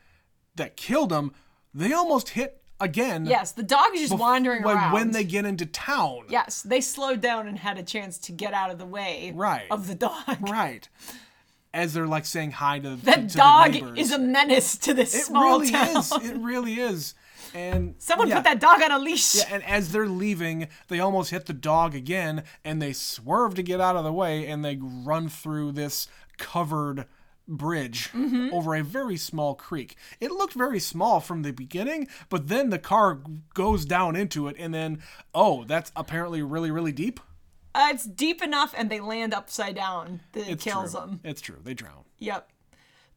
[SPEAKER 2] that killed him, they almost hit again.
[SPEAKER 1] Yes, the dog is just wandering
[SPEAKER 2] when,
[SPEAKER 1] around.
[SPEAKER 2] When they get into town.
[SPEAKER 1] Yes, they slowed down and had a chance to get out of the way
[SPEAKER 2] Right.
[SPEAKER 1] of the dog.
[SPEAKER 2] Right. As they're like saying hi to, to,
[SPEAKER 1] *laughs* That
[SPEAKER 2] to the
[SPEAKER 1] dog
[SPEAKER 2] neighbors.
[SPEAKER 1] is a menace to this
[SPEAKER 2] It
[SPEAKER 1] small
[SPEAKER 2] really
[SPEAKER 1] town.
[SPEAKER 2] is. It really is. And
[SPEAKER 1] *laughs* Someone
[SPEAKER 2] yeah.
[SPEAKER 1] put that dog on a leash.
[SPEAKER 2] And as they're leaving, they almost hit the dog again, and they swerve to get out of the way, and they run through this covered bridge
[SPEAKER 1] Mm-hmm.
[SPEAKER 2] over a very small creek. It looked very small from the beginning, but then the car goes down into it, and then, oh, that's apparently really, really deep.
[SPEAKER 1] Uh, it's deep enough, and they land upside down. That
[SPEAKER 2] It's
[SPEAKER 1] kills
[SPEAKER 2] true.
[SPEAKER 1] them.
[SPEAKER 2] It's true. They drown.
[SPEAKER 1] Yep.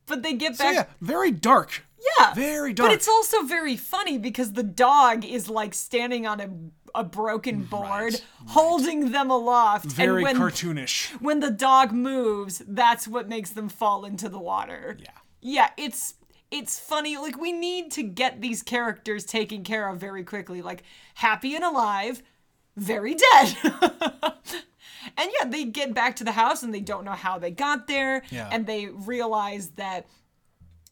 [SPEAKER 1] But they get
[SPEAKER 2] So
[SPEAKER 1] back.
[SPEAKER 2] yeah, very dark.
[SPEAKER 1] Yeah.
[SPEAKER 2] Very
[SPEAKER 1] But
[SPEAKER 2] dark.
[SPEAKER 1] it's also very funny because the dog is like standing on a, a broken board, holding them aloft. and
[SPEAKER 2] Very
[SPEAKER 1] when,
[SPEAKER 2] cartoonish.
[SPEAKER 1] when the dog moves, that's what makes them fall into the water.
[SPEAKER 2] Yeah.
[SPEAKER 1] Yeah, it's it's funny. Like we need to get these characters taken care of very quickly. Like happy and alive, very dead. *laughs* and yeah, they get back to the house and they don't know how they got there.
[SPEAKER 2] Yeah.
[SPEAKER 1] And they realize that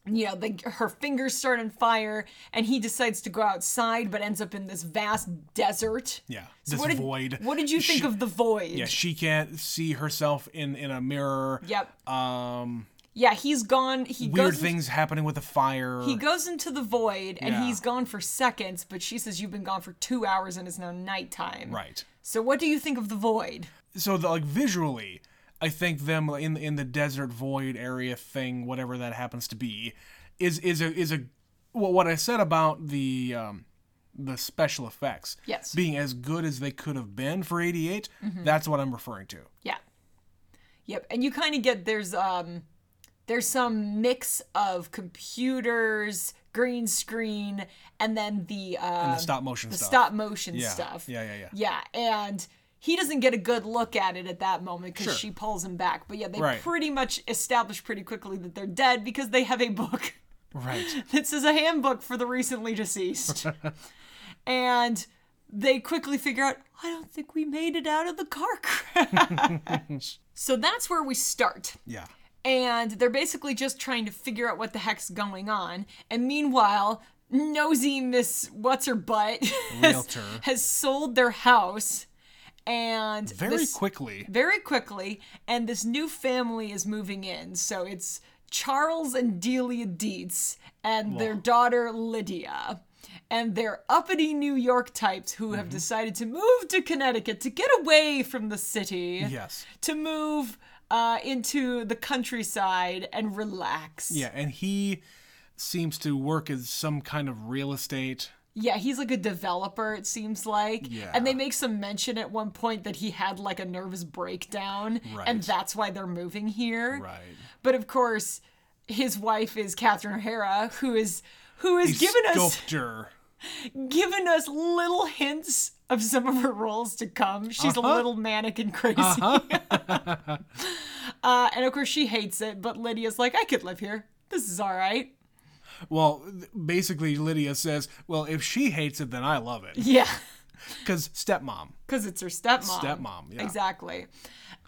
[SPEAKER 1] you know, the, her fingers start on fire, and he decides to go outside, but ends up in this vast desert.
[SPEAKER 2] Yeah.
[SPEAKER 1] So
[SPEAKER 2] this
[SPEAKER 1] what did,
[SPEAKER 2] void.
[SPEAKER 1] What did you think
[SPEAKER 2] She-
[SPEAKER 1] of the void?
[SPEAKER 2] Yeah, she can't see herself in in a mirror.
[SPEAKER 1] Yep.
[SPEAKER 2] Um.
[SPEAKER 1] Yeah, he's gone. He
[SPEAKER 2] weird
[SPEAKER 1] goes.
[SPEAKER 2] things happening with the fire.
[SPEAKER 1] He goes into the void and
[SPEAKER 2] Yeah.
[SPEAKER 1] he's gone for seconds, but she says you've been gone for two hours and it's now nighttime.
[SPEAKER 2] right.
[SPEAKER 1] So what do you think of the void?
[SPEAKER 2] So the, like visually, I think them in in the desert void area thing, whatever that happens to be, is is a is a well, what I said about the um, the special effects
[SPEAKER 1] Yes. Mm-hmm.
[SPEAKER 2] being as good as they could have been for 88 that's what i'm referring to
[SPEAKER 1] Yeah. Yep. And you kind of get there's um there's some mix of computers, green screen, and then the uh
[SPEAKER 2] the stop motion stuff
[SPEAKER 1] stop motion
[SPEAKER 2] yeah.
[SPEAKER 1] stuff.
[SPEAKER 2] yeah yeah yeah
[SPEAKER 1] Yeah, and he doesn't get a good look at it at that moment because she pulls him back. But yeah, they
[SPEAKER 2] Right.
[SPEAKER 1] pretty much establish pretty quickly that they're dead because they have a book. *laughs*
[SPEAKER 2] right
[SPEAKER 1] This is a handbook for the recently
[SPEAKER 2] *laughs*
[SPEAKER 1] deceased. and they quickly figure out, I don't think we made it out of the car *laughs* crash.
[SPEAKER 2] *laughs*
[SPEAKER 1] so that's where we start.
[SPEAKER 2] yeah
[SPEAKER 1] And they're basically just trying to figure out what the heck's going on. And meanwhile, nosy Miss What's Her Butt *laughs* has,
[SPEAKER 2] Realtor.
[SPEAKER 1] has sold their house. And
[SPEAKER 2] very
[SPEAKER 1] this-
[SPEAKER 2] quickly
[SPEAKER 1] very quickly, and this new family is moving in. So it's Charles and Delia Dietz and their daughter Lydia. And they're uppity New York types who
[SPEAKER 2] Mm-hmm.
[SPEAKER 1] have decided to move to Connecticut to get away from the city,
[SPEAKER 2] yes
[SPEAKER 1] to move uh, into the countryside and relax.
[SPEAKER 2] yeah and he seems to work as some kind of real estate
[SPEAKER 1] Yeah, he's like a developer, it seems like.
[SPEAKER 2] Yeah.
[SPEAKER 1] And they make some mention at one point that he had like a nervous breakdown,
[SPEAKER 2] Right.
[SPEAKER 1] and that's why they're moving here.
[SPEAKER 2] right
[SPEAKER 1] But of course, his wife is Catherine O'Hara, who is who has given us
[SPEAKER 2] sculptor.
[SPEAKER 1] given us little hints of some of her roles to come. She's
[SPEAKER 2] Uh-huh.
[SPEAKER 1] a little mannequin crazy. uh *laughs* and of course, she hates it. But Lydia's like, I could live here. This is all right.
[SPEAKER 2] Well, th- basically, Lydia says, "Well, if she hates it, then I love
[SPEAKER 1] *laughs*
[SPEAKER 2] it."
[SPEAKER 1] Yeah,
[SPEAKER 2] Because stepmom,
[SPEAKER 1] because it's her stepmom.
[SPEAKER 2] stepmom, yeah,
[SPEAKER 1] Exactly.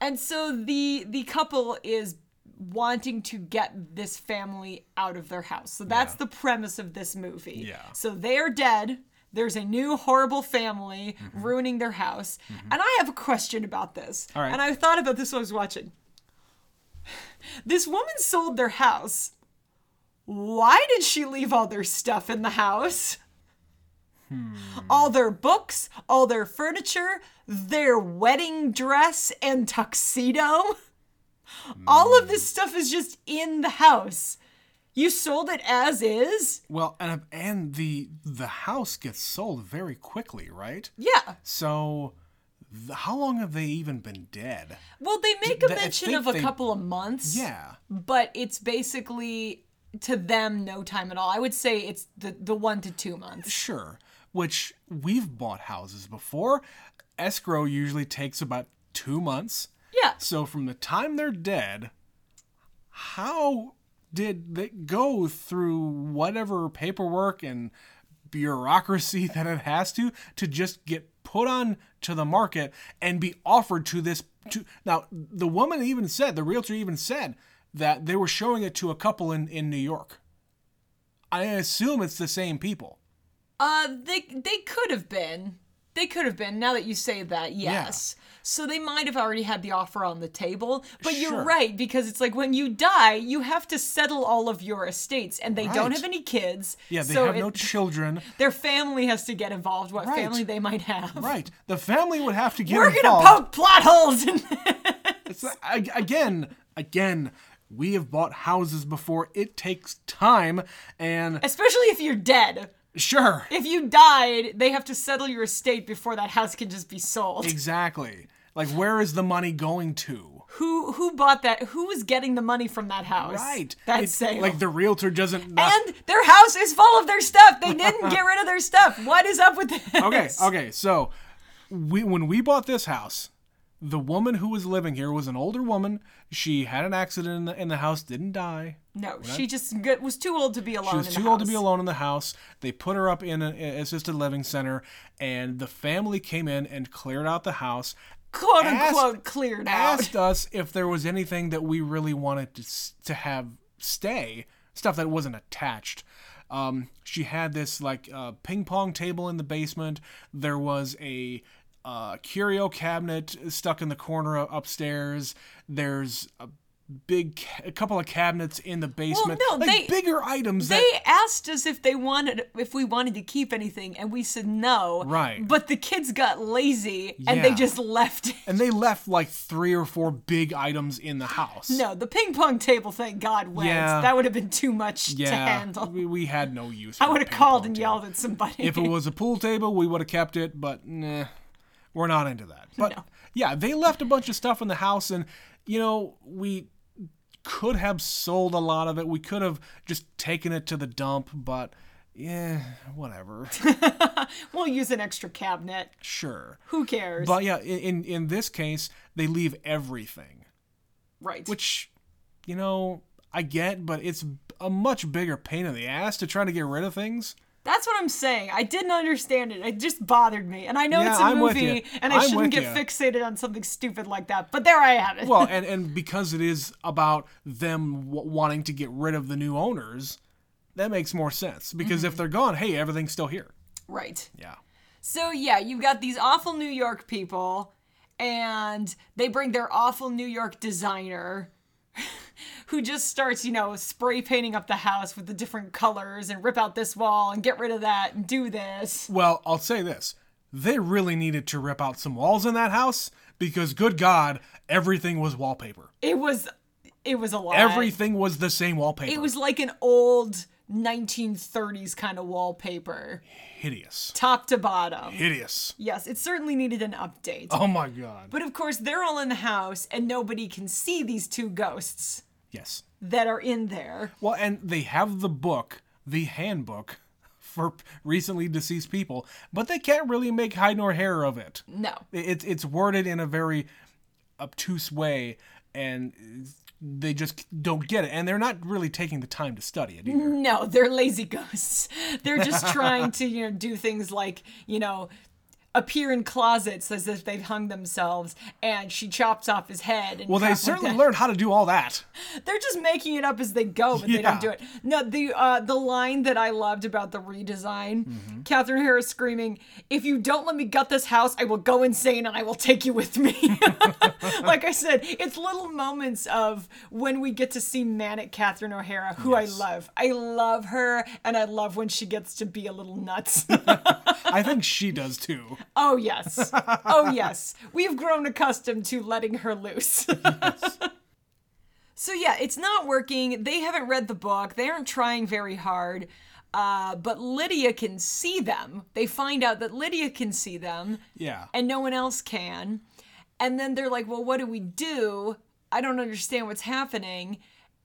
[SPEAKER 1] And so the the couple is wanting to get this family out of their house. So that's the premise of this movie.
[SPEAKER 2] Yeah.
[SPEAKER 1] So they're dead. There's a new horrible family ruining their house. And I have a question about this.
[SPEAKER 2] Mm-hmm. All right.
[SPEAKER 1] And I thought about this while I was watching. *sighs* This woman sold their house. Why did she leave all their stuff in the house?
[SPEAKER 2] Hmm.
[SPEAKER 1] All their books, all their furniture, their wedding dress and tuxedo. *laughs* All of this
[SPEAKER 2] Hmm.
[SPEAKER 1] stuff is just in the house. You sold it as is?
[SPEAKER 2] Well, and and the the house gets sold very quickly, right?
[SPEAKER 1] Yeah.
[SPEAKER 2] So, th- how long have they even been dead?
[SPEAKER 1] Well, they make a
[SPEAKER 2] Th- I
[SPEAKER 1] mention
[SPEAKER 2] think
[SPEAKER 1] of a
[SPEAKER 2] they-
[SPEAKER 1] couple of months.
[SPEAKER 2] Yeah.
[SPEAKER 1] But it's basically to them no time at all. I would say it's the the 1 to 2 months.
[SPEAKER 2] Sure. Which we've bought houses before. Escrow usually takes about two months.
[SPEAKER 1] Yeah.
[SPEAKER 2] So from the time they're dead, how did they go through whatever paperwork and bureaucracy *laughs* that it has to to just get put on to the market and be offered to this to now the woman even said the realtor even said that they were showing it to a couple in in New York. I assume it's the same people.
[SPEAKER 1] Uh, they they could have been. They could have been. Now that you say that, yes. So they might have already had the offer on the table. But you're
[SPEAKER 2] Sure.
[SPEAKER 1] right because it's like when you die, you have to settle all of your estates, and they don't
[SPEAKER 2] Right.
[SPEAKER 1] have any kids.
[SPEAKER 2] Yeah, they
[SPEAKER 1] so
[SPEAKER 2] have no
[SPEAKER 1] it- *laughs*
[SPEAKER 2] children.
[SPEAKER 1] their family has to get involved. What
[SPEAKER 2] Right.
[SPEAKER 1] family they might have.
[SPEAKER 2] Right. The family would have to get
[SPEAKER 1] We're gonna
[SPEAKER 2] involved.
[SPEAKER 1] poke plot holes in *laughs*
[SPEAKER 2] It's like, ag- again, again, we have bought houses before. It takes time, and
[SPEAKER 1] especially if you're dead.
[SPEAKER 2] sure,
[SPEAKER 1] If you died, they have to settle your estate before that house can just be sold.
[SPEAKER 2] exactly. Like, where is the money going to?
[SPEAKER 1] Who who bought that? Who was getting the money from that house?
[SPEAKER 2] Right.
[SPEAKER 1] That
[SPEAKER 2] It's
[SPEAKER 1] sale.
[SPEAKER 2] Like the realtor doesn't.
[SPEAKER 1] and their house is full of their stuff. They
[SPEAKER 2] *laughs*
[SPEAKER 1] didn't get rid of their stuff. What is up with this?
[SPEAKER 2] okay. Okay. So, we when we bought this house, the woman who was living here was an older woman. She had an accident in the, in the house, didn't die.
[SPEAKER 1] No, she just got, was too old to be alone.
[SPEAKER 2] She was
[SPEAKER 1] in
[SPEAKER 2] too
[SPEAKER 1] the
[SPEAKER 2] old to be
[SPEAKER 1] house.
[SPEAKER 2] alone in the house. They put her up in an assisted living center, and the family came in and cleared out the house.
[SPEAKER 1] Quote
[SPEAKER 2] Asked-
[SPEAKER 1] unquote cleared out.
[SPEAKER 2] Asked us if there was anything that we really wanted to s- to have stay, stuff that wasn't attached. Um, she had this like uh, ping pong table in the basement. There was a uh, curio cabinet stuck in the corner u- upstairs. There's a big, ca- a couple of cabinets in the basement.
[SPEAKER 1] no, they-
[SPEAKER 2] like bigger items. that,
[SPEAKER 1] They asked us if they wanted if we wanted to keep anything, and we said no.
[SPEAKER 2] Right.
[SPEAKER 1] But the kids got lazy and they
[SPEAKER 2] Yeah.
[SPEAKER 1] just left. it.
[SPEAKER 2] And they left like three or four big items in the house.
[SPEAKER 1] No, the ping pong table, thank God, went.
[SPEAKER 2] Yeah.
[SPEAKER 1] That would have been too much to
[SPEAKER 2] yeah,
[SPEAKER 1] handle.
[SPEAKER 2] we, we had no use.
[SPEAKER 1] I would have called and yelled at somebody. *laughs*
[SPEAKER 2] If it was a pool table, we would have kept it, but nah, we're not into that. But yeah, they left a bunch of stuff in the house, and you know we could have sold a lot of it. We could have just taken it to the dump, but yeah, whatever. *laughs*
[SPEAKER 1] we'll use an extra cabinet.
[SPEAKER 2] sure.
[SPEAKER 1] Who cares?
[SPEAKER 2] But yeah, in in- in this case, they leave everything.
[SPEAKER 1] right.
[SPEAKER 2] which you know i get but it's a much bigger pain in the ass to try to get rid of things
[SPEAKER 1] That's what I'm saying. I didn't understand it. It just bothered me. And I know
[SPEAKER 2] Yeah,
[SPEAKER 1] it's a
[SPEAKER 2] I'm with
[SPEAKER 1] movie,
[SPEAKER 2] you.
[SPEAKER 1] and I
[SPEAKER 2] I'm
[SPEAKER 1] shouldn't
[SPEAKER 2] with
[SPEAKER 1] get
[SPEAKER 2] you.
[SPEAKER 1] fixated on something stupid like that. But there I have it.
[SPEAKER 2] well and and because it is about them w- wanting to get rid of the new owners that makes more sense because
[SPEAKER 1] Mm-hmm.
[SPEAKER 2] if they're gone hey everything's still here
[SPEAKER 1] right.
[SPEAKER 2] yeah
[SPEAKER 1] So yeah, you've got these awful New York people, and they bring their awful New York designer. *laughs* Who just starts, you know, spray painting up the house with the different colors and rip out this wall and get rid of that and do this.
[SPEAKER 2] well i'll say this they really needed to rip out some walls in that house because good god everything was wallpaper
[SPEAKER 1] It was, it was a lot.
[SPEAKER 2] everything was the same wallpaper
[SPEAKER 1] It was like an old 1930s kind of wallpaper,
[SPEAKER 2] hideous
[SPEAKER 1] top to bottom.
[SPEAKER 2] hideous
[SPEAKER 1] Yes, it certainly needed an update.
[SPEAKER 2] oh my god
[SPEAKER 1] But of course, they're all in the house and nobody can see these two ghosts
[SPEAKER 2] yes
[SPEAKER 1] that are in there.
[SPEAKER 2] Well, and they have the book, the handbook *laughs* for p- recently deceased people, but they can't really make hide nor hair of it.
[SPEAKER 1] No.
[SPEAKER 2] I- It's it's worded in a very obtuse way, and they just don't get it. And they're not really taking the time to study it
[SPEAKER 1] *laughs*
[SPEAKER 2] either.
[SPEAKER 1] No, they're lazy ghosts. They're just trying to, you know, do things like, you know, appear in closets as if they've hung themselves, and she chops off his head. And
[SPEAKER 2] Well, they
[SPEAKER 1] crap like
[SPEAKER 2] certainly
[SPEAKER 1] that.
[SPEAKER 2] learned how to do all that.
[SPEAKER 1] They're just making it up as they go, but they
[SPEAKER 2] Yeah.
[SPEAKER 1] don't do it. No, the uh, the line that I loved about the redesign, Catherine Harris screaming, "If you don't let me gut this house, I will go insane and I will take you with me." *laughs* like I said, it's little moments of when we get to see manic Catherine O'Hara, who I love. I love her, and I love when she gets to be a little nuts.
[SPEAKER 2] I think she does
[SPEAKER 1] *laughs*
[SPEAKER 2] too.
[SPEAKER 1] oh yes, oh yes, we've grown accustomed to letting her loose. *laughs* So yeah, it's not working. They haven't read the book. They aren't trying very hard. Uh, but Lydia can see them. They find out that Lydia can see them,
[SPEAKER 2] Yeah.
[SPEAKER 1] and no one else can. And then they're like, "Well, what do we do? I don't understand what's happening."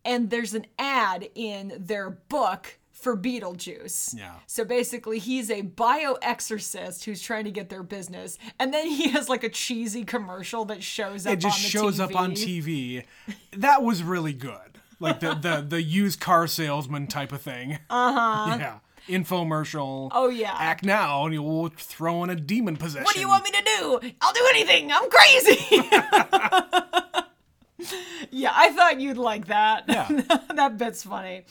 [SPEAKER 1] And there's an ad in their book for Beetlejuice.
[SPEAKER 2] Yeah.
[SPEAKER 1] So basically, he's a bioexorcist who's trying to get their business, and then he has like a cheesy commercial that shows up.
[SPEAKER 2] it just
[SPEAKER 1] on the
[SPEAKER 2] shows up on TV. That was really good. Like the the the used car salesman type of thing. Uh huh. *laughs* Yeah. Infomercial.
[SPEAKER 1] Uh-huh. Oh, yeah.
[SPEAKER 2] Act now, and you'll throw in a demon possession.
[SPEAKER 1] What do you want me to do? I'll do anything. I'm crazy. *laughs* yeah, I thought you'd like that.
[SPEAKER 2] Yeah.
[SPEAKER 1] *laughs* that bit's funny.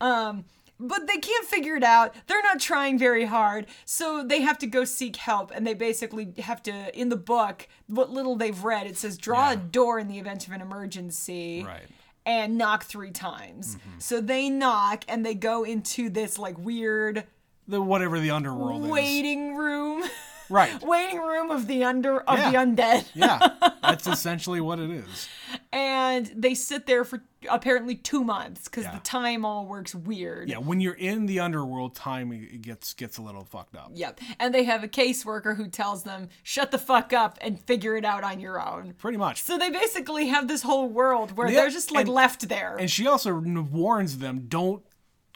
[SPEAKER 1] Um, but they can't figure it out. They're not trying very hard, so they have to go seek help. And they basically have to, in the book, what little they've read, it says draw a
[SPEAKER 2] Yeah.
[SPEAKER 1] door in the event of an emergency
[SPEAKER 2] Right. Mm-hmm.
[SPEAKER 1] and knock three times. So they knock and they go into this like weird
[SPEAKER 2] The whatever the underworld is.
[SPEAKER 1] waiting room.
[SPEAKER 2] Right.
[SPEAKER 1] waiting room of the under of
[SPEAKER 2] Yeah.
[SPEAKER 1] the undead
[SPEAKER 2] Yeah. That's essentially what it is.
[SPEAKER 1] and they sit there for apparently two months because
[SPEAKER 2] Yeah.
[SPEAKER 1] the time all works weird
[SPEAKER 2] Yeah. When you're in the underworld, time it gets gets a little fucked up.
[SPEAKER 1] yep and they have a caseworker who tells them shut the fuck up and figure it out on your own
[SPEAKER 2] Pretty much.
[SPEAKER 1] so they basically have this whole world where
[SPEAKER 2] Yeah,
[SPEAKER 1] they're just like
[SPEAKER 2] and-
[SPEAKER 1] left there
[SPEAKER 2] And she also n- warns them don't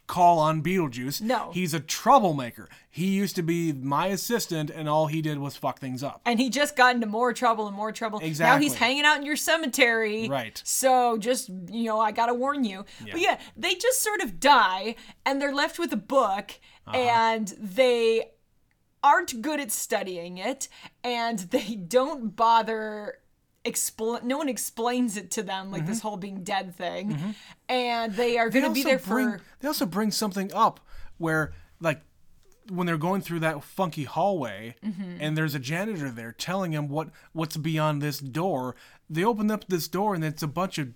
[SPEAKER 2] call on Beetlejuice.
[SPEAKER 1] No.
[SPEAKER 2] He's a troublemaker. He used to be my assistant, and all he did was fuck things up.
[SPEAKER 1] and he just got into more trouble and more trouble. Now he's
[SPEAKER 2] Exactly.
[SPEAKER 1] hanging out in your cemetery.
[SPEAKER 2] Right.
[SPEAKER 1] So just, you know, I got to warn you. But yeah, they just sort of die and they're left with a book
[SPEAKER 2] Uh-huh.
[SPEAKER 1] and they aren't good at studying it and they don't bother expl- no one explains it to them like this whole being dead thing and they are going to be
[SPEAKER 2] Mm-hmm. also
[SPEAKER 1] there
[SPEAKER 2] bring,
[SPEAKER 1] for
[SPEAKER 2] They also bring something up where, like, when they're going through that funky hallway,
[SPEAKER 1] Mm-hmm.
[SPEAKER 2] and there's a janitor there telling him what what's beyond this door. They open up this door, and it's a bunch of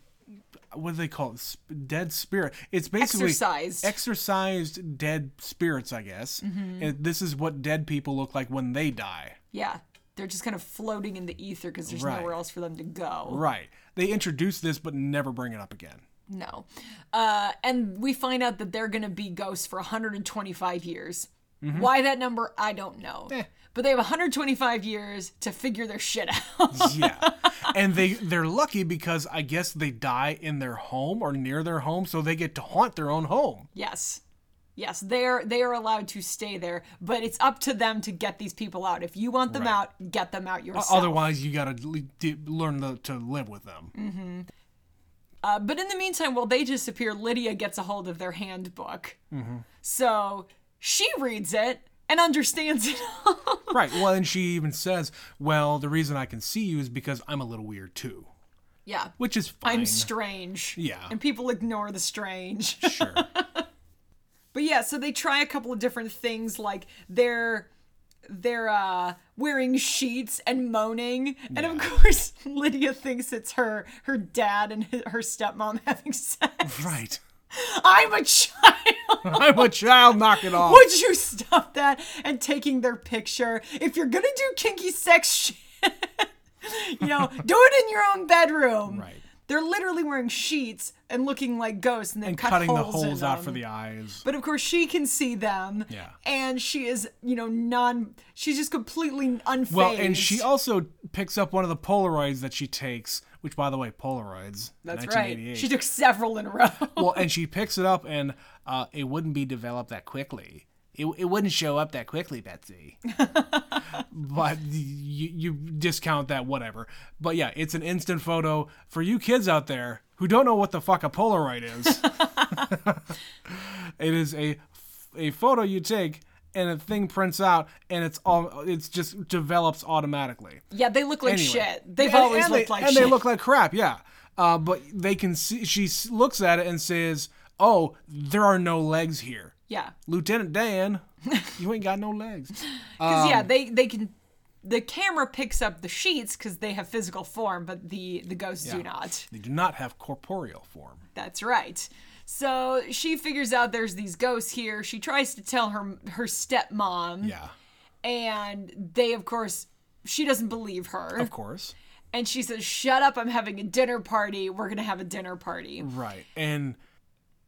[SPEAKER 2] what do they call it? Sp- Dead spirit. It's basically
[SPEAKER 1] Exorcised. Mm-hmm.
[SPEAKER 2] exorcised dead spirits, I guess. And this is what dead people look like when they die.
[SPEAKER 1] yeah they're just kind of floating in the ether because there's
[SPEAKER 2] Right.
[SPEAKER 1] nowhere else for them to go
[SPEAKER 2] Right. They introduce this, but never bring it up again.
[SPEAKER 1] No. Uh, and we find out that they're going to be ghosts for 125 years.
[SPEAKER 2] Mm-hmm.
[SPEAKER 1] Why that number, I don't know.
[SPEAKER 2] Eh.
[SPEAKER 1] But they have 125 years to figure their shit *laughs* out.
[SPEAKER 2] yeah and they they're lucky because i guess they die in their home or near their home so they get to haunt their own home
[SPEAKER 1] yes. Yes, they're they are allowed to stay there, but it's up to them to get these people out. If you want them
[SPEAKER 2] Right.
[SPEAKER 1] out, get them out yourself.
[SPEAKER 2] otherwise you gotta le- d- learn the, to live with them
[SPEAKER 1] Mm. Uh, but in the meantime, while they disappear, Lydia gets a hold of their handbook.
[SPEAKER 2] Mm-hmm.
[SPEAKER 1] So she reads it and understands it all. *laughs*
[SPEAKER 2] right well and she even says well the reason i can see you is because i'm a little weird too
[SPEAKER 1] yeah.
[SPEAKER 2] which is fine
[SPEAKER 1] I'm strange.
[SPEAKER 2] Yeah.
[SPEAKER 1] And people ignore the strange. *laughs*
[SPEAKER 2] sure
[SPEAKER 1] But yeah, so they try a couple of different things like they're they're uh wearing sheets and moaning and of course *laughs* Lydia thinks it's her her dad and hi- her stepmom *laughs* having sex.
[SPEAKER 2] right *laughs*
[SPEAKER 1] I'm a child.
[SPEAKER 2] i'm a child knock it off
[SPEAKER 1] Would you stop that and taking their picture? If you're going to do kinky sex *laughs* shit, you
[SPEAKER 2] *laughs*
[SPEAKER 1] know, do it in your own bedroom.
[SPEAKER 2] right
[SPEAKER 1] They're literally wearing sheets and looking like ghosts and then
[SPEAKER 2] and
[SPEAKER 1] cut
[SPEAKER 2] cutting the
[SPEAKER 1] holes in
[SPEAKER 2] holes out for
[SPEAKER 1] them.
[SPEAKER 2] the eyes
[SPEAKER 1] But of course, she can see them.
[SPEAKER 2] Yeah.
[SPEAKER 1] And she is, you know, non. She's just completely unfazed.
[SPEAKER 2] well and she also picks up one of the polaroids that she takes which by the way polaroids
[SPEAKER 1] That's right.
[SPEAKER 2] 1988.
[SPEAKER 1] She took several in a row. *laughs*
[SPEAKER 2] well, and she picks it up, and uh, it wouldn't be developed that quickly. It, it wouldn't show up that quickly, Betsy. but you, you discount that, whatever. But yeah, it's an instant photo for you kids out there who don't know what the fuck a Polaroid is. it is a, a photo you take and a thing prints out and it's all it's just develops automatically.
[SPEAKER 1] Yeah, they look like
[SPEAKER 2] Anyway.
[SPEAKER 1] shit. They've
[SPEAKER 2] And-
[SPEAKER 1] always
[SPEAKER 2] and
[SPEAKER 1] looked
[SPEAKER 2] they,
[SPEAKER 1] like
[SPEAKER 2] and
[SPEAKER 1] shit.
[SPEAKER 2] they look like crap. Yeah, uh, but they can see. She s- looks at it and says, "Oh, there are no legs here,
[SPEAKER 1] yeah.
[SPEAKER 2] Lieutenant Dan. You ain't got no legs."
[SPEAKER 1] Because
[SPEAKER 2] um,
[SPEAKER 1] yeah, they they can. The camera picks up the sheets because they have physical form, but the the ghosts do not.
[SPEAKER 2] They do not have corporeal form.
[SPEAKER 1] That's right. So she figures out there's these ghosts here. She tries to tell her her stepmom,
[SPEAKER 2] Yeah,
[SPEAKER 1] and they of course she doesn't believe her,
[SPEAKER 2] of course.
[SPEAKER 1] and she says, "Shut up! I'm having a dinner party. We're gonna have a dinner party."
[SPEAKER 2] Right. And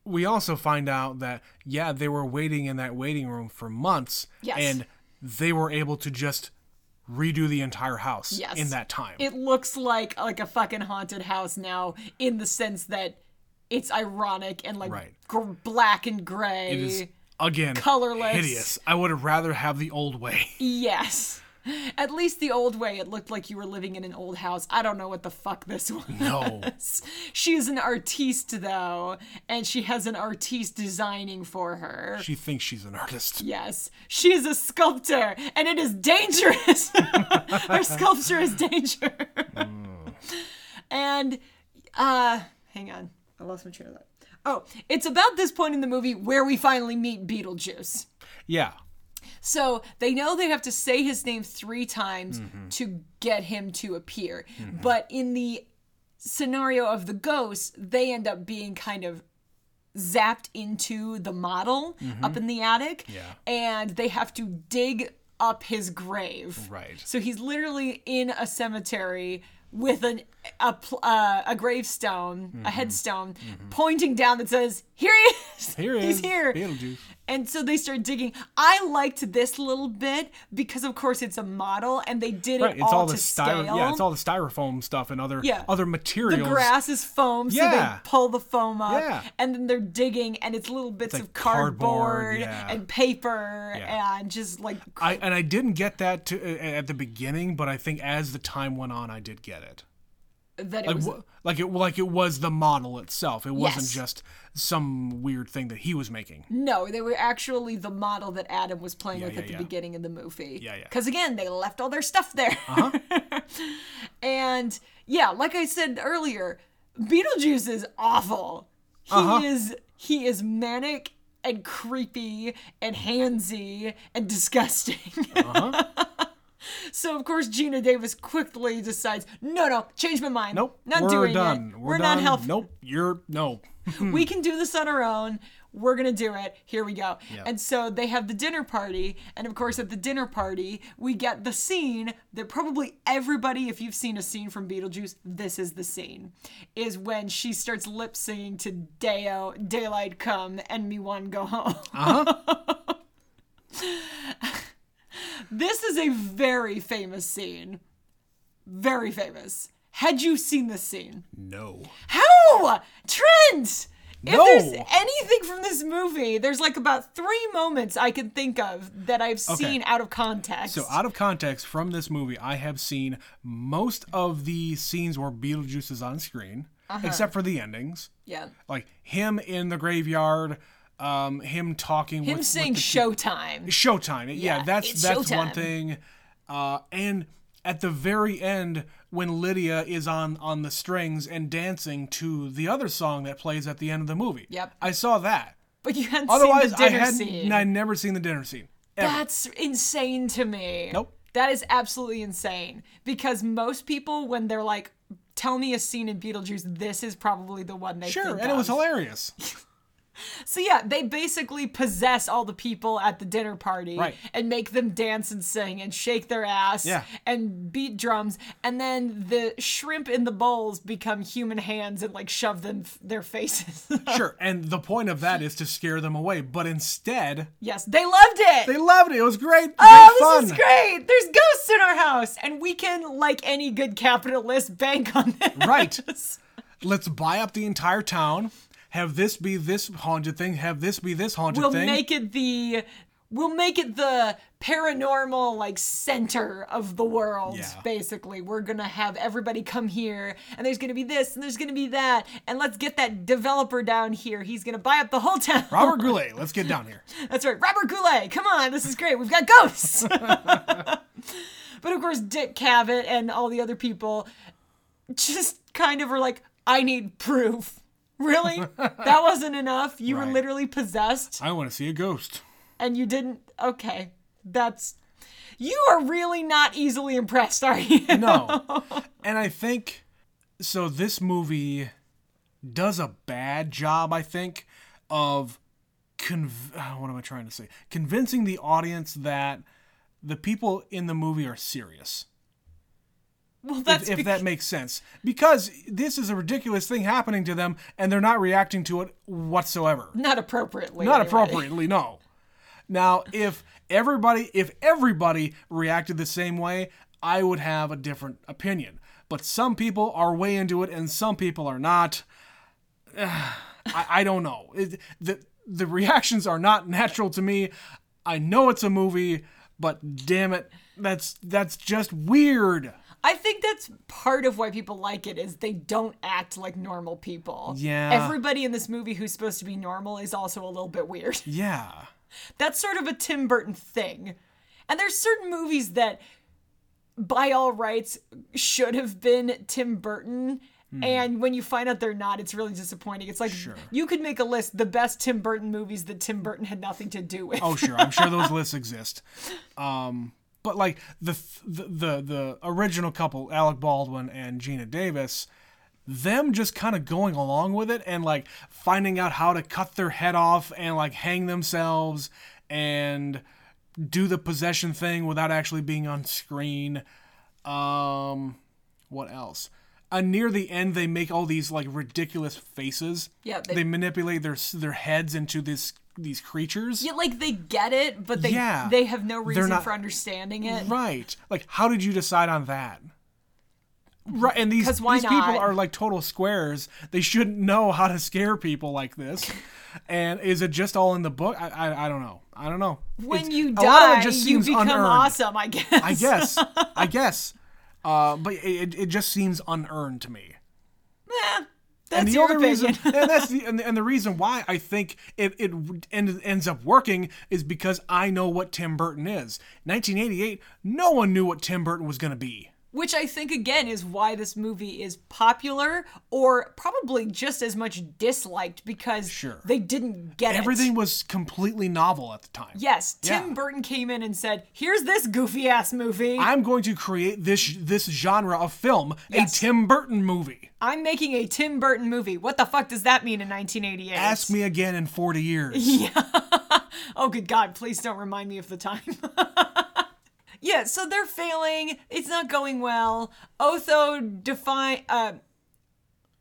[SPEAKER 2] we also find out that, yeah, they were waiting in that waiting room for months.
[SPEAKER 1] Yes.
[SPEAKER 2] And they were able to just redo the entire house
[SPEAKER 1] Yes.
[SPEAKER 2] in that time.
[SPEAKER 1] It looks like like a fucking haunted house now, in the sense that it's ironic and like
[SPEAKER 2] Right.
[SPEAKER 1] gr- black and gray.
[SPEAKER 2] it is, again,
[SPEAKER 1] Colorless.
[SPEAKER 2] hideous. I would have rather have the old way.
[SPEAKER 1] Yes. At least the old way, it looked like you were living in an old house. I don't know what the fuck this was. *laughs*
[SPEAKER 2] No.
[SPEAKER 1] She's an artiste, though, and she has an artiste designing for her.
[SPEAKER 2] she thinks she's an artist.
[SPEAKER 1] Yes, she is a sculptor, and it is dangerous. *laughs* her sculpture is danger. and, uh, hang on, I lost my train of thought. Oh, it's about this point in the movie where we finally meet Beetlejuice.
[SPEAKER 2] Yeah.
[SPEAKER 1] So they know they have to say his name three times
[SPEAKER 2] Mm-hmm.
[SPEAKER 1] to get him to appear. But in the scenario of the ghost, they end up being kind of zapped into the model up in the attic.
[SPEAKER 2] Mm-hmm. Yeah.
[SPEAKER 1] And they have to dig up his grave.
[SPEAKER 2] Right.
[SPEAKER 1] So he's literally in a cemetery with an, a, pl- uh, a gravestone,
[SPEAKER 2] Mm-hmm.
[SPEAKER 1] a headstone, pointing down that says, Here he is.
[SPEAKER 2] Here
[SPEAKER 1] *laughs*
[SPEAKER 2] it
[SPEAKER 1] He's
[SPEAKER 2] is.
[SPEAKER 1] here.
[SPEAKER 2] Beetlejuice.
[SPEAKER 1] And so they start digging. I liked this little bit because, of course, it's a model, and they did
[SPEAKER 2] Right.
[SPEAKER 1] it
[SPEAKER 2] It's
[SPEAKER 1] all,
[SPEAKER 2] all,
[SPEAKER 1] to
[SPEAKER 2] the styro-
[SPEAKER 1] scale.
[SPEAKER 2] yeah, it's all the styrofoam stuff and other
[SPEAKER 1] Yeah.
[SPEAKER 2] other
[SPEAKER 1] the
[SPEAKER 2] materials.
[SPEAKER 1] grass is foam, so
[SPEAKER 2] Yeah.
[SPEAKER 1] they pull the foam up,
[SPEAKER 2] Yeah.
[SPEAKER 1] and then they're digging, and it's little bits of
[SPEAKER 2] like cardboard,
[SPEAKER 1] cardboard
[SPEAKER 2] yeah.
[SPEAKER 1] and paper,
[SPEAKER 2] Yeah.
[SPEAKER 1] and just like
[SPEAKER 2] I and I didn't get that to, uh, at the beginning, but I think as the time went on, I did get it.
[SPEAKER 1] that. It
[SPEAKER 2] like
[SPEAKER 1] was,
[SPEAKER 2] wa- like it like it was the model itself. It wasn't
[SPEAKER 1] Yes.
[SPEAKER 2] just some weird thing that he was making.
[SPEAKER 1] no, they were actually the model that Adam was playing with
[SPEAKER 2] yeah,
[SPEAKER 1] at the
[SPEAKER 2] yeah.
[SPEAKER 1] beginning of the movie.
[SPEAKER 2] Yeah, Uh-huh. yeah.
[SPEAKER 1] Because again, they left all their stuff there. *laughs* and yeah, like I said earlier, Beetlejuice is awful. He
[SPEAKER 2] Uh-huh.
[SPEAKER 1] is he is manic and creepy and handsy and disgusting.
[SPEAKER 2] Uh-huh.
[SPEAKER 1] *laughs* so of course Gina Davis quickly decides, no, no, change my mind.
[SPEAKER 2] Nope,
[SPEAKER 1] not
[SPEAKER 2] we're
[SPEAKER 1] doing
[SPEAKER 2] done.
[SPEAKER 1] it.
[SPEAKER 2] We're,
[SPEAKER 1] We're,
[SPEAKER 2] done.
[SPEAKER 1] not helping.
[SPEAKER 2] Nope, you're no.
[SPEAKER 1] We can do this on our own. We're gonna do it. Here we go. And so they have the dinner party, and of course, at the dinner party, we get the scene that probably everybody, if you've seen a scene from Beetlejuice, this is the scene, is when she starts lip singing to Deo, "Daylight Come" and "Me One Go Home." *laughs* this is a very famous scene, very famous. Had you seen this scene?
[SPEAKER 2] No.
[SPEAKER 1] How? Trent! If
[SPEAKER 2] No.
[SPEAKER 1] there's anything from this movie, there's like about three moments I can think of that I've seen out of context.
[SPEAKER 2] So out of context from this movie, I have seen most of the scenes where Beetlejuice is on screen,
[SPEAKER 1] Uh-huh.
[SPEAKER 2] except for the endings,
[SPEAKER 1] yeah.
[SPEAKER 2] like him in the graveyard, um, him talking
[SPEAKER 1] Him
[SPEAKER 2] with,
[SPEAKER 1] saying showtime.
[SPEAKER 2] Showtime. Yeah,
[SPEAKER 1] Yeah, it's
[SPEAKER 2] that's that's one
[SPEAKER 1] Showtime.
[SPEAKER 2] thing. Uh, and at the very end, when Lydia is on on the strings and dancing to the other song that plays at the end of the movie.
[SPEAKER 1] Yep.
[SPEAKER 2] I saw that.
[SPEAKER 1] But you hadn't seen
[SPEAKER 2] Otherwise,
[SPEAKER 1] the
[SPEAKER 2] I
[SPEAKER 1] dinner
[SPEAKER 2] had
[SPEAKER 1] scene.
[SPEAKER 2] I'd never seen the dinner scene. Ever.
[SPEAKER 1] That's insane to me.
[SPEAKER 2] Nope.
[SPEAKER 1] That is absolutely insane. Because most people, when they're like, tell me a scene in Beetlejuice, this is probably the one they
[SPEAKER 2] Sure,
[SPEAKER 1] think
[SPEAKER 2] and it was
[SPEAKER 1] of.
[SPEAKER 2] hilarious.
[SPEAKER 1] So yeah, they basically possess all the people at the dinner party
[SPEAKER 2] Right.
[SPEAKER 1] and make them dance and sing and shake their ass
[SPEAKER 2] Yeah.
[SPEAKER 1] and beat drums, and then the shrimp in the bowls become human hands and like shove them their faces. *laughs*
[SPEAKER 2] *laughs* sure, and the point of that is to scare them away, but instead
[SPEAKER 1] yes, they loved it.
[SPEAKER 2] they loved it. It was great.
[SPEAKER 1] oh,
[SPEAKER 2] great fun.
[SPEAKER 1] this is great. There's ghosts in our house, and we can, like any good capitalist, bank on this.
[SPEAKER 2] *laughs* Right. Let's buy up the entire town. Have this be this haunted thing. Have this be this haunted
[SPEAKER 1] We'll
[SPEAKER 2] thing.
[SPEAKER 1] make it the we'll make it the paranormal like center of the world
[SPEAKER 2] Yeah.
[SPEAKER 1] basically we're gonna have everybody come here and there's gonna be this and there's gonna be that and let's get that developer down here he's gonna buy up the whole town
[SPEAKER 2] Robert Goulet, let's get *laughs* down here.
[SPEAKER 1] that's right robert goulet come on this is great we've got ghosts
[SPEAKER 2] *laughs*
[SPEAKER 1] but of course dick cavett and all the other people just kind of are like i need proof
[SPEAKER 2] *laughs*
[SPEAKER 1] really that wasn't enough you were
[SPEAKER 2] Right.
[SPEAKER 1] literally possessed
[SPEAKER 2] I want to see a ghost.
[SPEAKER 1] and you didn't okay that's you are really not easily impressed are you
[SPEAKER 2] *laughs* No. and I think so this movie does a bad job, I think, of conv- *sighs* uh, what am I trying to say? Convincing the audience that the people in the movie are serious.
[SPEAKER 1] *laughs* well that's
[SPEAKER 2] if
[SPEAKER 1] bec-
[SPEAKER 2] that makes sense. Because this is a ridiculous thing happening to them and they're not reacting to it whatsoever.
[SPEAKER 1] not appropriately
[SPEAKER 2] Not
[SPEAKER 1] anyway.
[SPEAKER 2] appropriately, no. Now, if everybody if everybody reacted the same way, I would have a different opinion. But some people are way into it and some people are not. *sighs* I, I don't know. It, the the reactions are not natural to me. I know it's a movie, but damn it, that's that's just weird.
[SPEAKER 1] i think that's part of why people like it is they don't act like normal people
[SPEAKER 2] Yeah.
[SPEAKER 1] everybody in this movie who's supposed to be normal is also a little bit weird
[SPEAKER 2] Yeah.
[SPEAKER 1] that's sort of a tim burton thing and there's certain movies that by all rights should have been Tim Burton.
[SPEAKER 2] Hmm.
[SPEAKER 1] And when you find out they're not, it's really disappointing. It's like you could make a list the best Tim Burton movies that Tim Burton had nothing to do with.
[SPEAKER 2] Oh, sure. I'm sure those lists exist. Um, but like the, th- the the the original couple, Alec Baldwin and Gina Davis, them just kind of going along with it and like finding out how to cut their head off and like hang themselves and do the possession thing without actually being on screen. Um, what else? Uh, near the end, they make all these like ridiculous faces.
[SPEAKER 1] Yeah,
[SPEAKER 2] they,
[SPEAKER 1] they-
[SPEAKER 2] manipulate their s- their heads into this these creatures.
[SPEAKER 1] Yeah, like they get it, but they
[SPEAKER 2] Yeah.
[SPEAKER 1] they have no reason
[SPEAKER 2] not-
[SPEAKER 1] for understanding it.
[SPEAKER 2] Right. Like, how did you decide on that? Right. And these,
[SPEAKER 1] 'Cause why
[SPEAKER 2] these people
[SPEAKER 1] not?
[SPEAKER 2] are like total squares. They shouldn't know how to scare people like this. and is it just all in the book? I, I, I don't know. I don't know.
[SPEAKER 1] When
[SPEAKER 2] It's-
[SPEAKER 1] you
[SPEAKER 2] a lot of
[SPEAKER 1] die,
[SPEAKER 2] it just
[SPEAKER 1] you
[SPEAKER 2] seems
[SPEAKER 1] become
[SPEAKER 2] unearned.
[SPEAKER 1] awesome, I guess.
[SPEAKER 2] I guess. I guess. Uh, but it, it just seems unearned to me.
[SPEAKER 1] Eh,
[SPEAKER 2] And
[SPEAKER 1] *laughs* that's
[SPEAKER 2] the
[SPEAKER 1] your
[SPEAKER 2] only
[SPEAKER 1] opinion.
[SPEAKER 2] reason, *laughs* and that's the and, the- and the reason why I think it it end, ends up working is because I know what Tim Burton is. 1988, no one knew what Tim Burton was going to be.
[SPEAKER 1] Which I think again is why this movie is popular or probably just as much disliked because
[SPEAKER 2] Sure.
[SPEAKER 1] they didn't get it.
[SPEAKER 2] Everything was completely novel at the time.
[SPEAKER 1] Yes, Tim
[SPEAKER 2] Yeah.
[SPEAKER 1] Burton came in and said, "Here's this goofy ass movie.
[SPEAKER 2] I'm going to create this this genre of film,
[SPEAKER 1] Yes.
[SPEAKER 2] a Tim Burton movie.
[SPEAKER 1] I'm making a Tim Burton movie. What the fuck does that mean in 1988?"
[SPEAKER 2] Ask me again in
[SPEAKER 1] *laughs*
[SPEAKER 2] 40 years.
[SPEAKER 1] Oh, good God, please don't remind me of the time. *laughs* yeah, so they're failing. It's not going well. Otho define. Uh,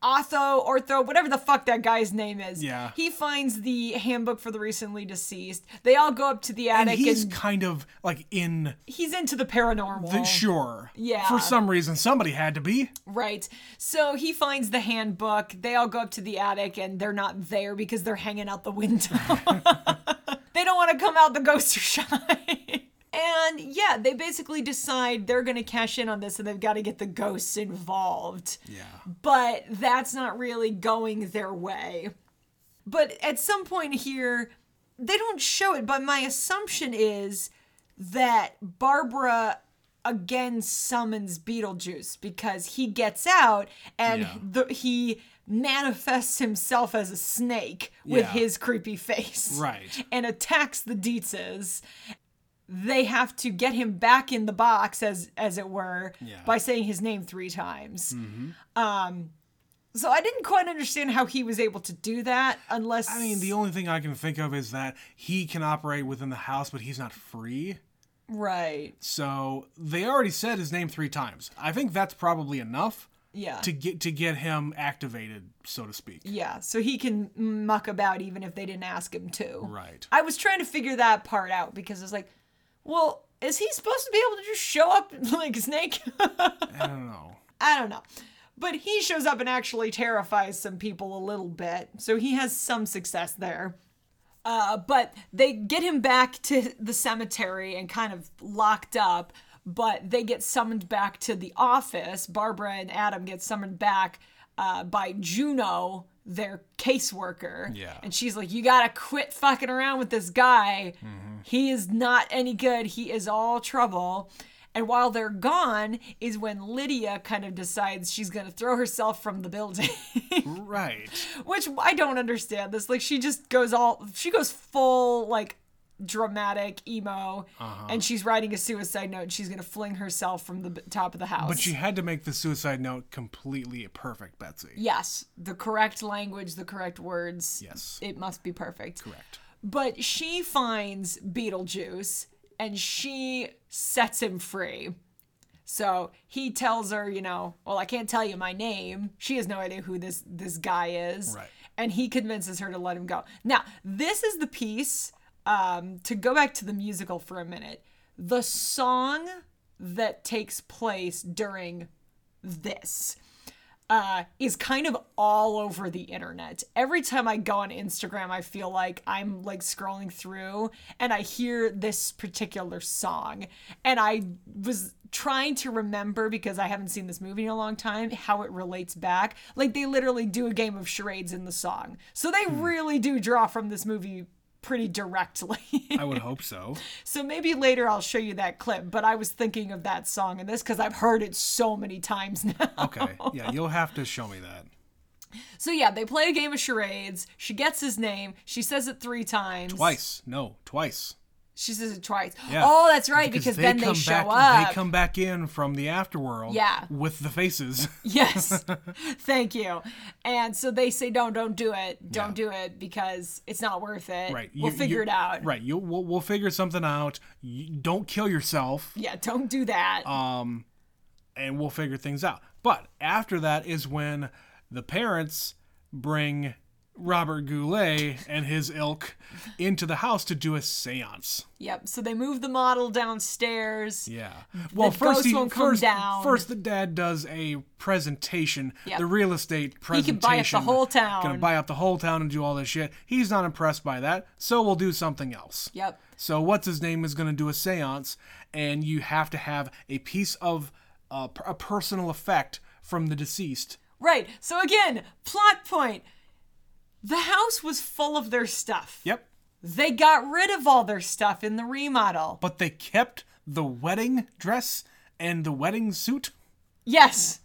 [SPEAKER 1] Otho, Ortho, whatever the fuck that guy's name is.
[SPEAKER 2] Yeah.
[SPEAKER 1] He finds the handbook for the recently deceased. They all go up to the
[SPEAKER 2] and
[SPEAKER 1] attic and
[SPEAKER 2] he's
[SPEAKER 1] he's,
[SPEAKER 2] kind of like in
[SPEAKER 1] into the paranormal.
[SPEAKER 2] the sure.
[SPEAKER 1] Yeah.
[SPEAKER 2] For some reason, somebody had to be.
[SPEAKER 1] Right. So he finds the handbook. They all go up to the attic and they're not there because they're hanging out the window. they don't want to come out, the ghosts are shy. and yeah, they basically decide they're going to cash in on this and they've got to get the ghosts involved.
[SPEAKER 2] Yeah.
[SPEAKER 1] But that's not really going their way. But at some point here, they don't show it, but my assumption is that Barbara again summons Beetlejuice because he gets out and
[SPEAKER 2] Yeah.
[SPEAKER 1] the, he manifests himself as a snake with
[SPEAKER 2] Yeah.
[SPEAKER 1] his creepy face.
[SPEAKER 2] Right.
[SPEAKER 1] And attacks the Dietzes. They have to get him back in the box, as as it were,
[SPEAKER 2] Yeah.
[SPEAKER 1] by saying his name three times. Um, so I didn't quite understand how he was able to do that, unless
[SPEAKER 2] I mean, the only thing I can think of is that he can operate within the house, but he's not free.
[SPEAKER 1] right,
[SPEAKER 2] So they already said his name three times. I think that's probably enough
[SPEAKER 1] yeah,
[SPEAKER 2] to get to get him activated, so to speak.
[SPEAKER 1] yeah. So he can muck about even if they didn't ask him to.
[SPEAKER 2] Right.
[SPEAKER 1] I was trying to figure that part out because I was like, well, is he supposed to be able to just show up *laughs* like a snake?
[SPEAKER 2] I don't know.
[SPEAKER 1] I don't know. But he shows up and actually terrifies some people a little bit. So he has some success there. Uh, but they get him back to the cemetery and kind of locked up. But they get summoned back to the office. Barbara and Adam get summoned back uh, by Juno, their caseworker.
[SPEAKER 2] Yeah.
[SPEAKER 1] And she's like, You gotta quit fucking around with this guy. He is not any good. He is all trouble. And while they're gone, is when Lydia kind of decides she's gonna throw herself from the building, *laughs*
[SPEAKER 2] Right.
[SPEAKER 1] which I don't understand this. Like, she just goes all, she goes full, like, dramatic emo
[SPEAKER 2] Uh-huh.
[SPEAKER 1] and she's writing a suicide note and she's gonna fling herself from the b- top of the house
[SPEAKER 2] But she had to make the suicide note completely perfect, Betsy.
[SPEAKER 1] Yes, the correct language, the correct words.
[SPEAKER 2] Yes.
[SPEAKER 1] It must be perfect.
[SPEAKER 2] Correct.
[SPEAKER 1] But she finds Beetlejuice and she sets him free. So he tells her, you know, well, I can't tell you my name. She has no idea who this this guy is.
[SPEAKER 2] Right.
[SPEAKER 1] And he convinces her to let him go. Now, this is the piece um, to go back to the musical for a minute. The song that takes place during this uh, is kind of all over the internet. Every time I go on Instagram, I feel like I'm like scrolling through and I hear this particular song. And I was trying to remember because I haven't seen this movie in a long time how it relates back. Like they literally do a game of charades in the song. So they really do draw from this movie pretty directly. *laughs*
[SPEAKER 2] I would hope so.
[SPEAKER 1] So maybe later I'll show you that clip, but I was thinking of that song in this because I've heard it so many times *laughs* now.
[SPEAKER 2] Okay. Yeah, you'll have to show me that.
[SPEAKER 1] So yeah, they play a game of charades. She gets his name. She says it three times.
[SPEAKER 2] Twice. No, twice.
[SPEAKER 1] She says it twice.
[SPEAKER 2] Yeah.
[SPEAKER 1] Oh, that's right, because, then they show
[SPEAKER 2] back,
[SPEAKER 1] up.
[SPEAKER 2] They come back in from the afterworld.
[SPEAKER 1] Yeah.
[SPEAKER 2] With the faces.
[SPEAKER 1] *laughs*
[SPEAKER 2] *laughs*
[SPEAKER 1] Yes. Thank you. And so they say, no, don't do it. Don't do it because it's not worth it.
[SPEAKER 2] Right.
[SPEAKER 1] We'll
[SPEAKER 2] you-
[SPEAKER 1] figure
[SPEAKER 2] you-
[SPEAKER 1] it out.
[SPEAKER 2] Right. You we'll, we'll figure something out. You, don't kill yourself,
[SPEAKER 1] Yeah, don't do that.
[SPEAKER 2] Uh, and we'll figure things out. But after that is when the parents bring Robert Goulet and his ilk into the house to do a séance.
[SPEAKER 1] yep. So they move the model downstairs.
[SPEAKER 2] Yeah. Well,
[SPEAKER 1] Mm-hmm. the
[SPEAKER 2] first
[SPEAKER 1] ghost
[SPEAKER 2] he
[SPEAKER 1] won't come
[SPEAKER 2] first
[SPEAKER 1] down.
[SPEAKER 2] first the dad does a presentation,
[SPEAKER 1] Yep.
[SPEAKER 2] the real estate
[SPEAKER 1] can
[SPEAKER 2] presentation.
[SPEAKER 1] buy up the whole town.
[SPEAKER 2] Gonna buy up the whole town and do all this shit. He's not impressed by that, so we'll do something else.
[SPEAKER 1] Yep.
[SPEAKER 2] So what's his name is going to do a séance, and you have to have a piece of uh, p- a personal effect from the deceased.
[SPEAKER 1] Right. So again, plot point. The house was full of their stuff.
[SPEAKER 2] Yep.
[SPEAKER 1] They got rid of all their stuff in the remodel.
[SPEAKER 2] But they kept the wedding dress and the wedding suit.
[SPEAKER 1] Yes.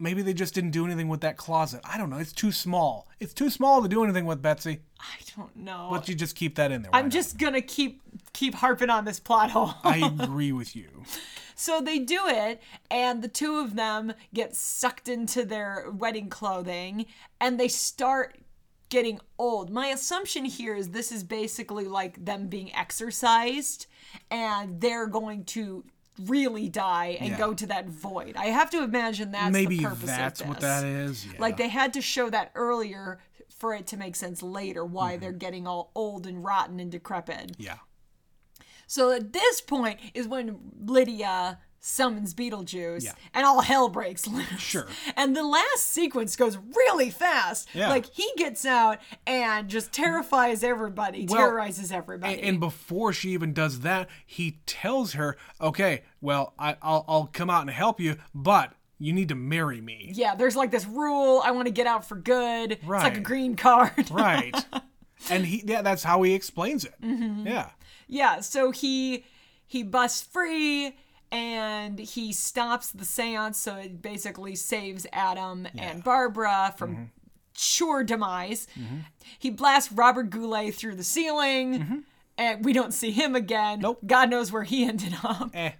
[SPEAKER 2] Maybe they just didn't do anything with that closet. I don't know. It's too small. It's too small to do anything with Betsy.
[SPEAKER 1] I don't know.
[SPEAKER 2] But you just keep that in there. why
[SPEAKER 1] I'm
[SPEAKER 2] not?
[SPEAKER 1] just going to keep keep harping on this plot hole. *laughs*
[SPEAKER 2] I agree with you.
[SPEAKER 1] So they do it, and the two of them get sucked into their wedding clothing and they start getting old. My assumption here is this is basically like them being exercised and they're going to really die and
[SPEAKER 2] Yeah.
[SPEAKER 1] go to that void. I have to imagine that's
[SPEAKER 2] Maybe
[SPEAKER 1] the purpose
[SPEAKER 2] that's
[SPEAKER 1] of this.
[SPEAKER 2] what that is. Yeah.
[SPEAKER 1] Like they had to show that earlier for it to make sense later why
[SPEAKER 2] Mm-hmm.
[SPEAKER 1] they're getting all old and rotten and decrepit.
[SPEAKER 2] yeah.
[SPEAKER 1] So at this point is when Lydia summons Beetlejuice
[SPEAKER 2] Yeah.
[SPEAKER 1] and all hell breaks loose.
[SPEAKER 2] Sure.
[SPEAKER 1] *laughs* And the last sequence goes really fast.
[SPEAKER 2] Yeah.
[SPEAKER 1] Like he gets out and just terrifies everybody,
[SPEAKER 2] Well,
[SPEAKER 1] terrorizes everybody.
[SPEAKER 2] And before she even does that, he tells her, "Okay, well, I, I'll, I'll come out and help you, but you need to
[SPEAKER 1] *laughs*
[SPEAKER 2] marry me."
[SPEAKER 1] yeah, there's like this rule, I want to get out for good. It's like a
[SPEAKER 2] Right.
[SPEAKER 1] green card.
[SPEAKER 2] Right. and he, yeah, that's how he explains it.
[SPEAKER 1] Mm-hmm.
[SPEAKER 2] Yeah.
[SPEAKER 1] Yeah, so he he busts free and he stops the seance, so it basically saves Adam and Barbara from
[SPEAKER 2] Mm-hmm.
[SPEAKER 1] sure demise. He blasts Robert Goulet through the ceiling. And we don't see him again.
[SPEAKER 2] Mm-hmm. Nope.
[SPEAKER 1] God knows where he ended up.
[SPEAKER 2] Eh.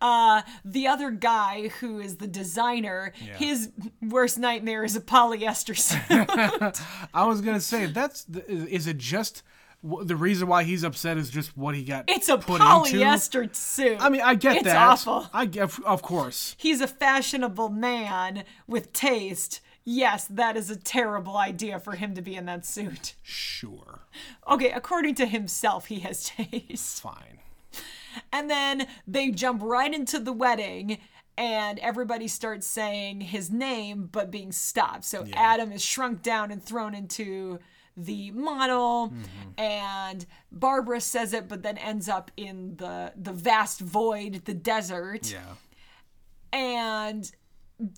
[SPEAKER 1] Uh, the other guy, who is the designer, his worst nightmare is a polyester
[SPEAKER 2] *laughs*
[SPEAKER 1] suit.
[SPEAKER 2] I was gonna say that's the, is it just w- the reason why he's upset is just what he got.
[SPEAKER 1] it's a
[SPEAKER 2] put Into?
[SPEAKER 1] polyester suit.
[SPEAKER 2] I mean, I get
[SPEAKER 1] it's
[SPEAKER 2] that.
[SPEAKER 1] It's awful.
[SPEAKER 2] I get, of course.
[SPEAKER 1] he's a fashionable man with taste. Yes, that is a terrible idea for him to be in that suit.
[SPEAKER 2] Sure.
[SPEAKER 1] Okay, according to himself, he has *laughs* taste.
[SPEAKER 2] Fine.
[SPEAKER 1] And then they jump right into the wedding, and everybody starts saying his name but being stopped. So Adam is shrunk down and thrown into the model and Barbara says it but then ends up in the the vast void, the desert.
[SPEAKER 2] Yeah.
[SPEAKER 1] And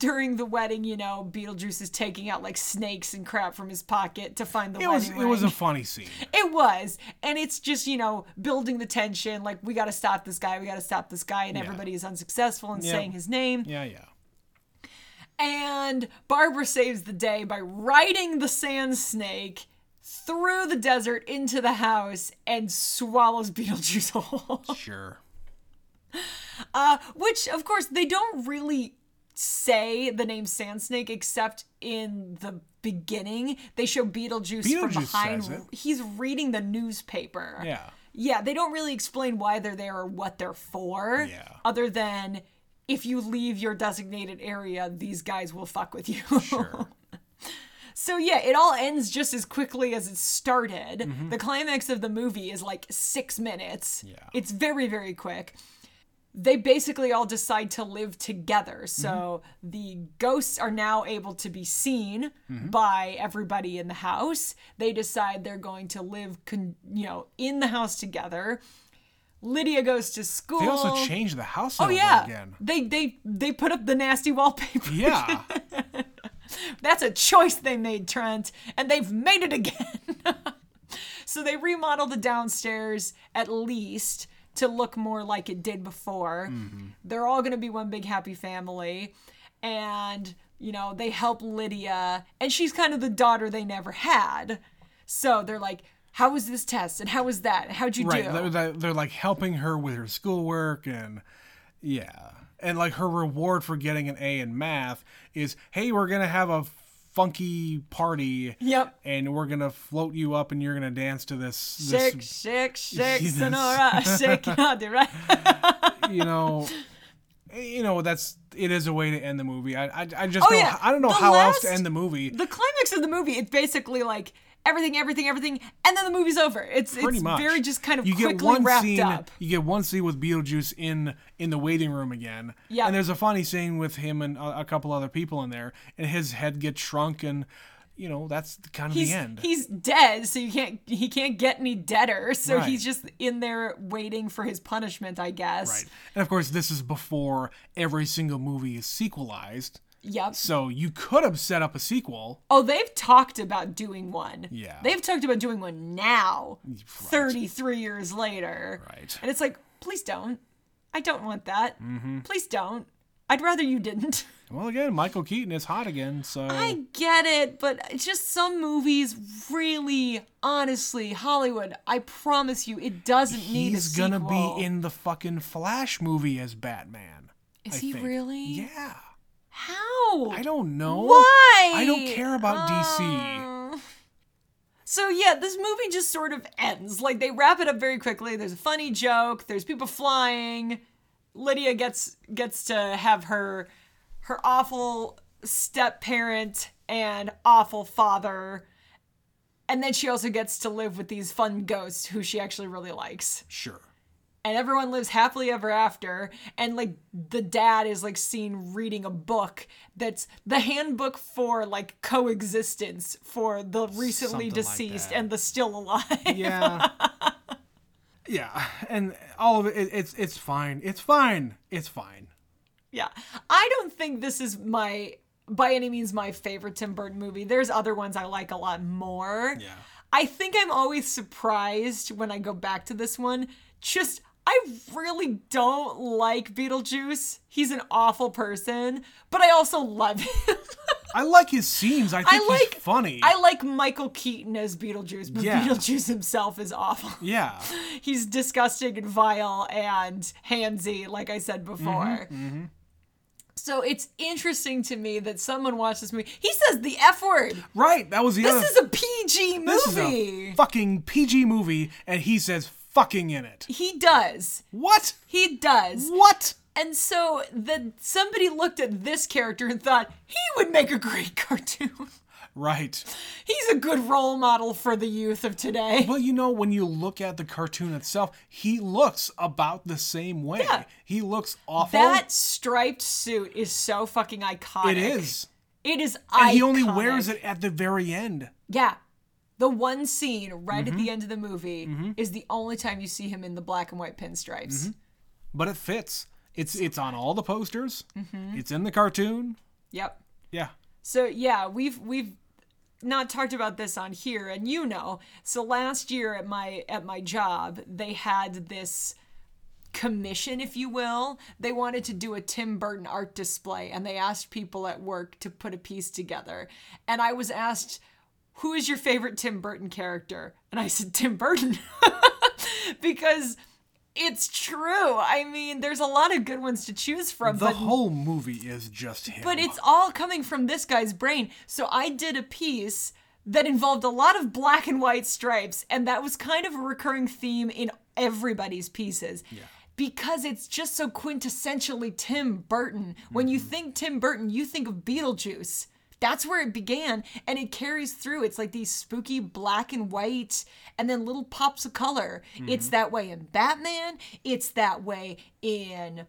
[SPEAKER 1] during the wedding, you know, Beetlejuice is taking out like snakes and crap from his pocket to find the
[SPEAKER 2] It
[SPEAKER 1] wedding
[SPEAKER 2] was it
[SPEAKER 1] ring.
[SPEAKER 2] was a funny scene.
[SPEAKER 1] It was. And it's just, you know, building the tension. Like, we got to stop this guy. We got to stop this guy. And everybody is unsuccessful in
[SPEAKER 2] Yeah.
[SPEAKER 1] saying his name.
[SPEAKER 2] Yeah, yeah.
[SPEAKER 1] And Barbara saves the day by riding the sand snake through the desert into the house and swallows *laughs* Beetlejuice whole.
[SPEAKER 2] Sure.
[SPEAKER 1] uh, which, of course, they don't really say the name sand snake except in the beginning. They show Beetlejuice, from
[SPEAKER 2] Beetlejuice
[SPEAKER 1] behind.
[SPEAKER 2] says it.
[SPEAKER 1] He's reading the newspaper.
[SPEAKER 2] Yeah.
[SPEAKER 1] Yeah, they don't really explain why they're there or what they're for.
[SPEAKER 2] Yeah.
[SPEAKER 1] Other than if you leave your designated area, these guys will fuck with you.
[SPEAKER 2] Sure.
[SPEAKER 1] *laughs* so yeah, it all ends just as quickly as it started. The climax of the movie is like six minutes.
[SPEAKER 2] Mm-hmm. Yeah.
[SPEAKER 1] It's very, very quick. They basically all decide to live together.
[SPEAKER 2] Mm-hmm.
[SPEAKER 1] So the ghosts are now able to be seen
[SPEAKER 2] Mm-hmm.
[SPEAKER 1] by everybody in the house. They decide they're going to live, con- you know, in the house together. Lydia goes to school.
[SPEAKER 2] They also changed the house
[SPEAKER 1] Oh yeah,
[SPEAKER 2] again.
[SPEAKER 1] they they they put up the nasty wallpaper.
[SPEAKER 2] Yeah.
[SPEAKER 1] That's a choice they made, Trent, and they've made it again. *laughs* so they remodel the downstairs at least to look more like it did before.
[SPEAKER 2] Mm-hmm.
[SPEAKER 1] They're all going to be one big happy family. And, you know, they help Lydia, and she's kind of the daughter they never had. So they're like, how was this test? And how was that? And How'd you
[SPEAKER 2] right.
[SPEAKER 1] do?
[SPEAKER 2] They're, they're- they're like helping her with her schoolwork and yeah. And like her reward for getting an A in math is hey, we're going to have a funky party.
[SPEAKER 1] Yep.
[SPEAKER 2] And we're going to float you up and you're going to dance to this,
[SPEAKER 1] Shake,
[SPEAKER 2] this
[SPEAKER 1] shake, shake,
[SPEAKER 2] Jesus.
[SPEAKER 1] Sonora,
[SPEAKER 2] *laughs*
[SPEAKER 1] shake, it out, right? *laughs*
[SPEAKER 2] you know. eh, You know that's it is a way to end the movie. I I, I just don't
[SPEAKER 1] Oh, yeah.
[SPEAKER 2] I don't know
[SPEAKER 1] The
[SPEAKER 2] how else to
[SPEAKER 1] last-
[SPEAKER 2] end the movie.
[SPEAKER 1] the climax of the movie it's basically like everything everything everything and then the movie's over it's
[SPEAKER 2] pretty
[SPEAKER 1] it's
[SPEAKER 2] much
[SPEAKER 1] very just kind of quickly
[SPEAKER 2] one
[SPEAKER 1] wrapped
[SPEAKER 2] scene,
[SPEAKER 1] up
[SPEAKER 2] You get one scene with Beetlejuice in in the waiting room again.
[SPEAKER 1] Yeah.
[SPEAKER 2] And there's a funny scene with him and a, a couple other people in there, and his head gets shrunk, and you know that's the- kind of
[SPEAKER 1] he's
[SPEAKER 2] the end.
[SPEAKER 1] he's dead so you can't he can't get any deader so
[SPEAKER 2] Right.
[SPEAKER 1] he's just in there waiting for his punishment i guess
[SPEAKER 2] right. And of course, this is before every single movie is sequelized,
[SPEAKER 1] yep
[SPEAKER 2] so you could have set up a sequel.
[SPEAKER 1] oh they've talked about doing one
[SPEAKER 2] Yeah.
[SPEAKER 1] they've talked about doing one now 33 years later
[SPEAKER 2] Right.
[SPEAKER 1] and it's like please don't i don't want that
[SPEAKER 2] Mm-hmm.
[SPEAKER 1] please don't i'd rather you didn't *laughs*
[SPEAKER 2] Well, again, Michael Keaton is hot again, so
[SPEAKER 1] I get it, but it's just some movies really, honestly, Hollywood, I promise you, it doesn't need a
[SPEAKER 2] he's gonna
[SPEAKER 1] sequel.
[SPEAKER 2] be in the fucking Flash movie as Batman.
[SPEAKER 1] Is
[SPEAKER 2] I
[SPEAKER 1] he
[SPEAKER 2] think.
[SPEAKER 1] really?
[SPEAKER 2] Yeah.
[SPEAKER 1] How?
[SPEAKER 2] I don't know.
[SPEAKER 1] Why?
[SPEAKER 2] I don't care about DC.
[SPEAKER 1] Um, So yeah, this movie just sort of ends. Like they wrap it up very quickly. There's a funny joke. There's people flying. Lydia gets gets to have her her awful step parent and awful father. And then she also gets to live with these fun ghosts who she actually really likes
[SPEAKER 2] Sure.
[SPEAKER 1] *laughs* and everyone lives happily ever after and like the dad is like seen reading a book that's the handbook for like coexistence for the recently
[SPEAKER 2] Something like
[SPEAKER 1] deceased
[SPEAKER 2] that.
[SPEAKER 1] and the still alive *laughs*
[SPEAKER 2] Yeah. yeah, and all of it, it- it's it's fine. It's fine. It's fine.
[SPEAKER 1] yeah i don't think this is my by any means my favorite tim burton movie there's other ones i like a lot more
[SPEAKER 2] Yeah.
[SPEAKER 1] i think i'm always surprised when i go back to this one just I really don't like Beetlejuice. He's an awful person, but I also love *laughs* him.
[SPEAKER 2] I like his scenes. I think
[SPEAKER 1] like-
[SPEAKER 2] he's funny.
[SPEAKER 1] I like Michael Keaton as Beetlejuice, but
[SPEAKER 2] Yeah.
[SPEAKER 1] Beetlejuice himself is awful. *laughs*
[SPEAKER 2] yeah.
[SPEAKER 1] He's disgusting and vile and handsy, like I said before.
[SPEAKER 2] Mm-hmm,
[SPEAKER 1] So it's interesting to me that someone watched this movie. He says the F word.
[SPEAKER 2] Right. That was the other.
[SPEAKER 1] This is a PG
[SPEAKER 2] this is
[SPEAKER 1] movie.
[SPEAKER 2] a fucking PG movie, and he says fucking in it.
[SPEAKER 1] he does.
[SPEAKER 2] What?
[SPEAKER 1] He does.
[SPEAKER 2] What?
[SPEAKER 1] And so that somebody looked at this character and thought he would make a great *laughs* cartoon.
[SPEAKER 2] Right.
[SPEAKER 1] He's a good role model for the youth of today.
[SPEAKER 2] Well, you know, when you look at the cartoon itself, he looks about the same way.
[SPEAKER 1] Yeah.
[SPEAKER 2] He looks awful.
[SPEAKER 1] That striped suit is so fucking iconic.
[SPEAKER 2] it is.
[SPEAKER 1] It is iconic.
[SPEAKER 2] And he only wears it at the very end.
[SPEAKER 1] Yeah. the one scene right at the end of the movie is the only time you see him in the black and white pinstripes.
[SPEAKER 2] But it fits. It's it's on all the posters.
[SPEAKER 1] Mm-hmm.
[SPEAKER 2] It's in the cartoon.
[SPEAKER 1] Yep.
[SPEAKER 2] Yeah.
[SPEAKER 1] So yeah, we've we've not talked about this on here, and you know. So last year at my at my job, they had this commission, if you will. They wanted to do a Tim Burton art display, and they asked people at work to put a piece together. And I was asked, "Who is your favorite Tim Burton character?" And I said, "Tim Burton," *laughs* because. It's true. I mean, there's a lot of good ones to choose from,
[SPEAKER 2] The
[SPEAKER 1] but
[SPEAKER 2] whole movie is just him.
[SPEAKER 1] but it's all coming from this guy's brain. So I did a piece that involved a lot of black and white stripes, and that was kind of a recurring theme in everybody's pieces. Because it's just so quintessentially Tim Burton. When you think Tim Burton, you think of Beetlejuice. That's where it began, and it carries through. It's like these spooky black and white, and then little pops of color. It's that way in Batman. It's that way in,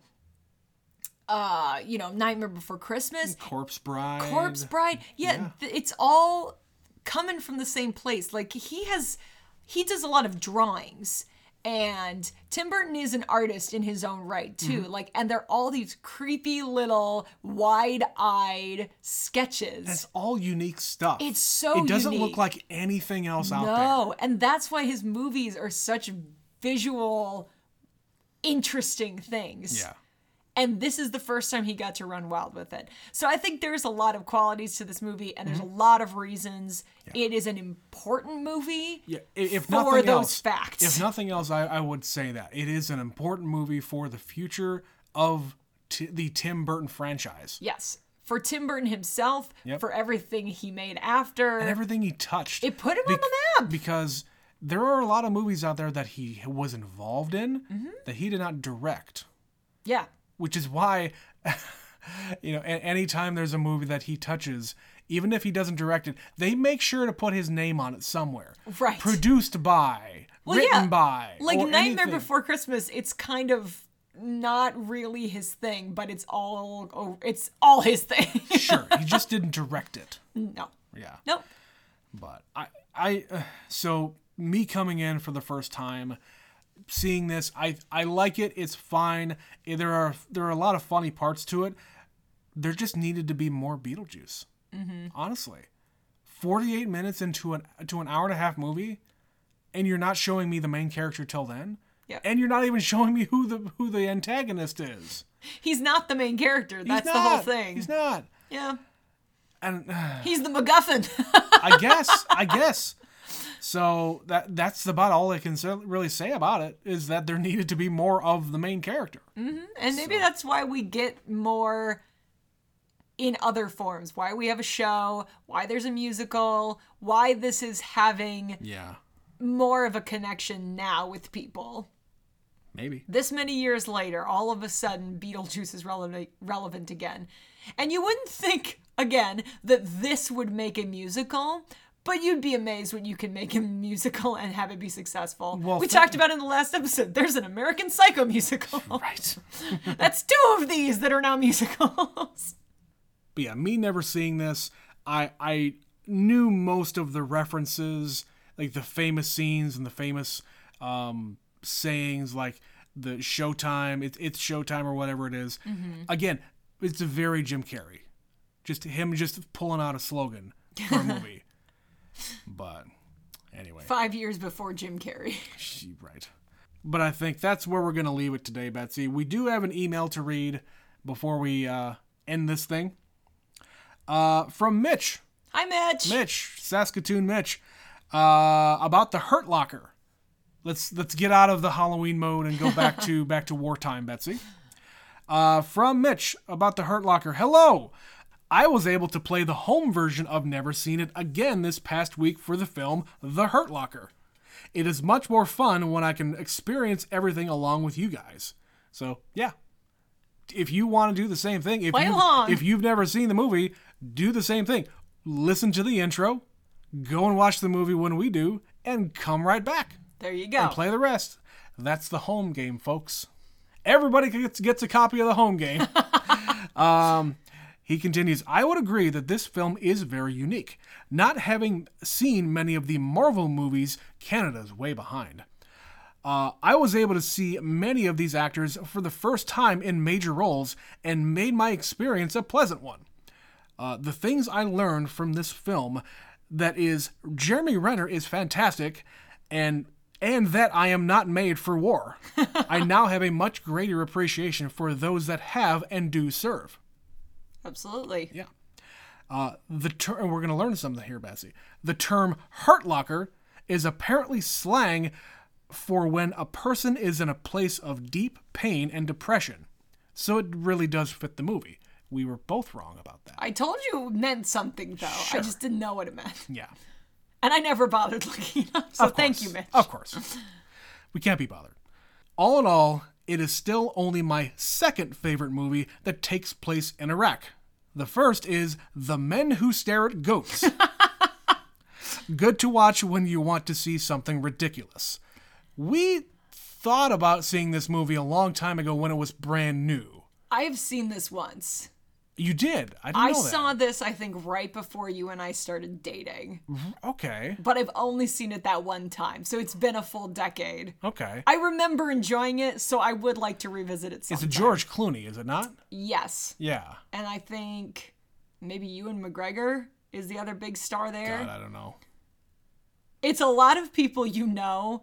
[SPEAKER 1] uh, you know, Nightmare Before Christmas.
[SPEAKER 2] Corpse Bride.
[SPEAKER 1] Corpse Bride. Yeah, Th- it's all coming from the same place. Like he has, he does a lot of drawings, and Tim Burton is an artist in his own right too.
[SPEAKER 2] Mm-hmm.
[SPEAKER 1] Like, and they're all these creepy little wide-eyed sketches.
[SPEAKER 2] It's all unique stuff.
[SPEAKER 1] It's so
[SPEAKER 2] It doesn't
[SPEAKER 1] unique.
[SPEAKER 2] look like anything else out there.
[SPEAKER 1] no, and that's why his movies are such visual, interesting things.
[SPEAKER 2] Yeah.
[SPEAKER 1] and this is the first time he got to run wild with it. So I think there's a lot of qualities to this movie, and there's
[SPEAKER 2] Mm-hmm.
[SPEAKER 1] a lot of reasons it is an important movie.
[SPEAKER 2] Yeah, i- if
[SPEAKER 1] for
[SPEAKER 2] nothing
[SPEAKER 1] those
[SPEAKER 2] else,
[SPEAKER 1] facts.
[SPEAKER 2] If nothing else, I, I would say that it is an important movie for the future of t- the Tim Burton franchise.
[SPEAKER 1] Yes, for Tim Burton himself, for everything he made after.
[SPEAKER 2] And everything he touched,
[SPEAKER 1] It put him on the map.
[SPEAKER 2] Because there are a lot of movies out there that he was involved in
[SPEAKER 1] Mm-hmm.
[SPEAKER 2] that he did not direct,
[SPEAKER 1] yeah,
[SPEAKER 2] which is why, *laughs* you know, a- anytime there's a movie that he touches, even if he doesn't direct it, they make sure to put his name on it somewhere.
[SPEAKER 1] Right.
[SPEAKER 2] Produced by,
[SPEAKER 1] Well,
[SPEAKER 2] written
[SPEAKER 1] yeah.
[SPEAKER 2] by,
[SPEAKER 1] like
[SPEAKER 2] or
[SPEAKER 1] Nightmare
[SPEAKER 2] anything.
[SPEAKER 1] Before Christmas, it's kind of not really his thing, but it's all oh, it's all his thing. *laughs*
[SPEAKER 2] sure he just didn't direct it
[SPEAKER 1] no,
[SPEAKER 2] yeah
[SPEAKER 1] nope.
[SPEAKER 2] but i i *sighs* uh, so me coming in for the first time seeing this i i like it it's fine Eh, there are there are a lot of funny parts to it there just needed to be more beetlejuice
[SPEAKER 1] Mm-hmm.
[SPEAKER 2] honestly 48 minutes into an to an hour and a half movie and you're not showing me the main character till then
[SPEAKER 1] Yeah.
[SPEAKER 2] and you're not even *laughs* showing me who the who the antagonist is
[SPEAKER 1] He's not the main character.
[SPEAKER 2] He's
[SPEAKER 1] That's the whole
[SPEAKER 2] not.
[SPEAKER 1] thing.
[SPEAKER 2] he's not
[SPEAKER 1] yeah,
[SPEAKER 2] and
[SPEAKER 1] he's the MacGuffin. *laughs*
[SPEAKER 2] I guess. I guess. So that that's about all I can cer- really say about it is that there needed to be more of the main character.
[SPEAKER 1] And maybe that's why we get more in other forms. Why we have a show, why there's a musical, why this is having
[SPEAKER 2] Yeah,
[SPEAKER 1] more of a connection now with people.
[SPEAKER 2] maybe.
[SPEAKER 1] This many years later, all of a sudden, Beetlejuice is relevant, relevant again. And you wouldn't think, again, that this would make a musical, but you'd be amazed when you can make a musical and have it be successful.
[SPEAKER 2] Well,
[SPEAKER 1] we
[SPEAKER 2] thank-
[SPEAKER 1] talked about it in the last episode. There's an American Psycho musical.
[SPEAKER 2] Right.
[SPEAKER 1] *laughs* That's two of these that are now musicals. *laughs*
[SPEAKER 2] But yeah, me never seeing this, I I knew most of the references, like the famous scenes and the famous um, sayings, like the Showtime, it's it's Showtime or whatever it is. Again, it's a very Jim Carrey, just him just pulling out a slogan for a movie. but anyway,
[SPEAKER 1] Five years before Jim Carrey.
[SPEAKER 2] she right. But I think that's where we're gonna leave it today, Betsy. We do have an email to read before we uh, end this thing. Uh, from Mitch,
[SPEAKER 1] Hi, Mitch.
[SPEAKER 2] Mitch, Saskatoon Mitch, uh, about the Hurt Locker. Let's let's get out of the Halloween mode and go back to back to wartime, Betsy. Uh, from Mitch about the Hurt Locker. Hello. I was able to play the home version of Never Seen It again this past week for the film The Hurt Locker. It is much more fun when I can experience everything along with you guys. So, yeah. If you want to do the same thing, if,
[SPEAKER 1] Play
[SPEAKER 2] you,
[SPEAKER 1] along.
[SPEAKER 2] if you've never seen the movie, do the same thing. Listen to the intro, go and watch the movie when we do, and come right back
[SPEAKER 1] There you go.
[SPEAKER 2] play the rest. That's the home game, folks. Everybody gets, gets a copy of the home game. um, He continues, I would agree that this film is very unique. Not having seen many of the Marvel movies, Canada's way behind. Uh, I was able to see many of these actors for the first time in major roles and made my experience a pleasant one. Uh, the things I learned from this film that is Jeremy Renner is fantastic and and that I am not made for war. I now have a much greater appreciation for those that have and do serve.
[SPEAKER 1] Absolutely.
[SPEAKER 2] Yeah. Uh, the ter- and we're going to learn something here, Bessie. The term "hurt locker" is apparently slang for when a person is in a place of deep pain and depression. So it really does fit the movie. We were both wrong about that.
[SPEAKER 1] I told you it meant something though. I just didn't know what it meant.
[SPEAKER 2] Yeah.
[SPEAKER 1] And I never bothered *laughs* looking it up. So thank you, Mitch.
[SPEAKER 2] Of course. We can't be bothered. All in all, it is still only my second favorite movie that takes place in Iraq. The first is The Men Who Stare
[SPEAKER 1] *laughs*
[SPEAKER 2] at Goats. Good to watch when you want to see something ridiculous. We thought about seeing this movie a long time ago when it was brand new.
[SPEAKER 1] I've seen this once.
[SPEAKER 2] You did. I didn't
[SPEAKER 1] I
[SPEAKER 2] know that.
[SPEAKER 1] saw this, I think, right before you and I started dating.
[SPEAKER 2] Okay.
[SPEAKER 1] But I've only seen it that one time. So it's been a full decade.
[SPEAKER 2] Okay.
[SPEAKER 1] I remember enjoying it, so I would like to revisit it
[SPEAKER 2] It's
[SPEAKER 1] sometime.
[SPEAKER 2] a George Clooney, is it not?
[SPEAKER 1] Yes.
[SPEAKER 2] Yeah.
[SPEAKER 1] And I think maybe Ewan McGregor is the other big star there.
[SPEAKER 2] God, I don't know.
[SPEAKER 1] It's a lot of people you know,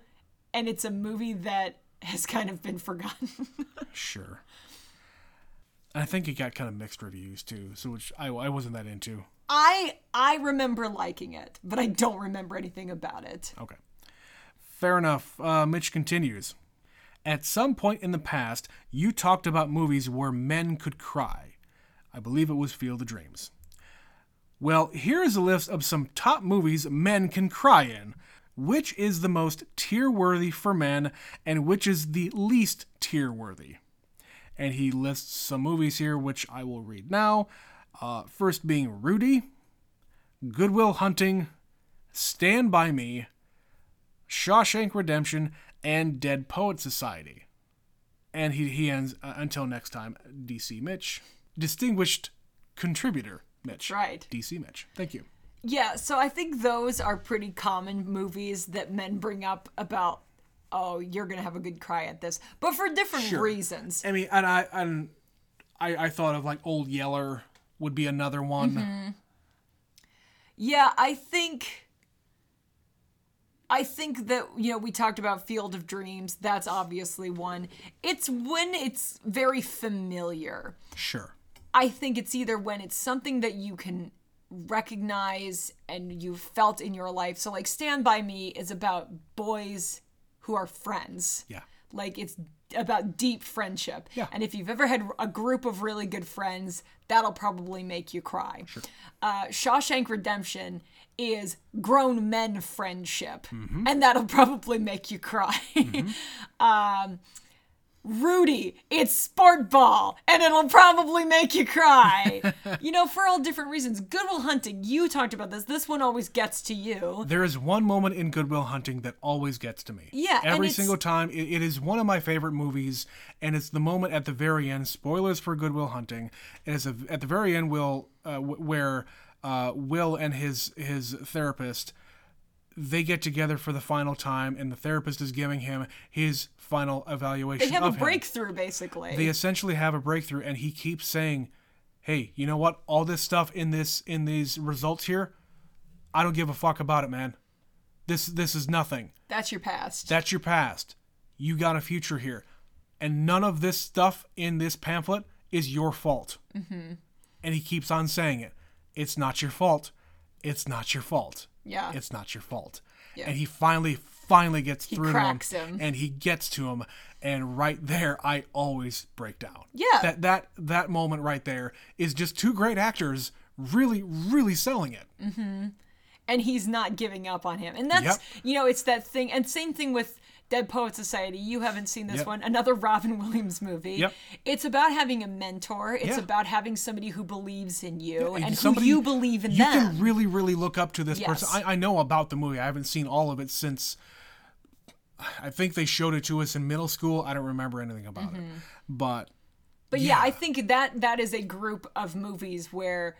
[SPEAKER 1] and it's a movie that has kind of been *laughs* forgotten.
[SPEAKER 2] Sure. And I think it got kind of mixed reviews too, so which I, I wasn't that into.
[SPEAKER 1] I I remember liking it, but I don't remember anything about it.
[SPEAKER 2] Okay. Fair enough. Uh, Mitch continues. At some point in the past, you talked about movies where men could cry. I believe it was Field of Dreams. Well, here is a list of some top movies men can cry in. Which is the most tear worthy for men, and which is the least tear worthy? And he lists some movies here, which I will read now. Uh, first being Rudy, Goodwill Hunting, Stand By Me, Shawshank Redemption, and Dead Poet Society. And he, he ends uh, until next time, DC Mitch. Distinguished contributor Mitch.
[SPEAKER 1] Right.
[SPEAKER 2] DC Mitch. Thank you.
[SPEAKER 1] Yeah, so I think those are pretty common movies that men bring up about oh, you're going to have a good cry at this, but for different reasons.
[SPEAKER 2] I mean, and I and I, I thought of like Old Yeller would be another one.
[SPEAKER 1] Yeah, I think I think that you know we talked about Field of Dreams. That's obviously one. It's when it's very familiar.
[SPEAKER 2] Sure.
[SPEAKER 1] I think it's either when it's something that you can recognize and you've felt in your life. So like Stand by Me is about boys who are friends.
[SPEAKER 2] Yeah.
[SPEAKER 1] Like it's about deep friendship.
[SPEAKER 2] Yeah.
[SPEAKER 1] And if you've ever had a group of really good friends, that'll probably make you cry. Uh, Shawshank Redemption is grown men friendship,
[SPEAKER 2] Mm-hmm.
[SPEAKER 1] and that'll probably make you cry. *laughs* um, Rudy, it's sport ball, and it'll probably make you
[SPEAKER 2] *laughs*
[SPEAKER 1] cry. you know, for all different reasons. Goodwill Hunting, you talked about this. This one always gets to you.
[SPEAKER 2] There is one moment in Goodwill Hunting that always gets to me.
[SPEAKER 1] Yeah, and
[SPEAKER 2] Every
[SPEAKER 1] it's-
[SPEAKER 2] single time. It, it is one of my favorite movies, and it's the moment at the very end. Spoilers for Goodwill Hunting. It is a, at the very end, Will, uh, w- where uh, Will and his his therapist they get together for the final time, and the therapist is giving him his final evaluation.
[SPEAKER 1] They have a
[SPEAKER 2] of him.
[SPEAKER 1] breakthrough, basically.
[SPEAKER 2] they essentially have a breakthrough and he keeps saying hey you know what all this stuff in this in these results here i don't give a fuck about it man this this is nothing
[SPEAKER 1] That's your past.
[SPEAKER 2] that's your past you got a future here and none of this stuff in this pamphlet is your fault mm-hmm. and he keeps on saying it it's not your fault it's not your fault
[SPEAKER 1] yeah.
[SPEAKER 2] it's not your fault.
[SPEAKER 1] Yeah.
[SPEAKER 2] And he finally, finally gets through
[SPEAKER 1] cracks
[SPEAKER 2] to him,
[SPEAKER 1] him.
[SPEAKER 2] and he gets to him, and right there, I always break down.
[SPEAKER 1] Yeah.
[SPEAKER 2] that that that moment right there is just two great actors really, really selling it.
[SPEAKER 1] Mm-hmm. and he's not giving up on him. And that's you know, it's that thing and same thing with Dead Poet Society. You haven't seen this
[SPEAKER 2] Yep.
[SPEAKER 1] one, another Robin *laughs* Williams movie.
[SPEAKER 2] Yep.
[SPEAKER 1] It's about having a mentor. It's
[SPEAKER 2] Yeah.
[SPEAKER 1] about having somebody who believes in you and
[SPEAKER 2] Somebody-
[SPEAKER 1] who you believe in
[SPEAKER 2] You
[SPEAKER 1] them.
[SPEAKER 2] can really, really look up to this person.
[SPEAKER 1] Yes.
[SPEAKER 2] I, I know about the movie. I haven't seen all of it since.
[SPEAKER 1] Mm-hmm.
[SPEAKER 2] I think they showed it to us in middle school. I don't remember anything about it, but
[SPEAKER 1] But yeah.
[SPEAKER 2] Yeah.
[SPEAKER 1] I think that that is a group of movies where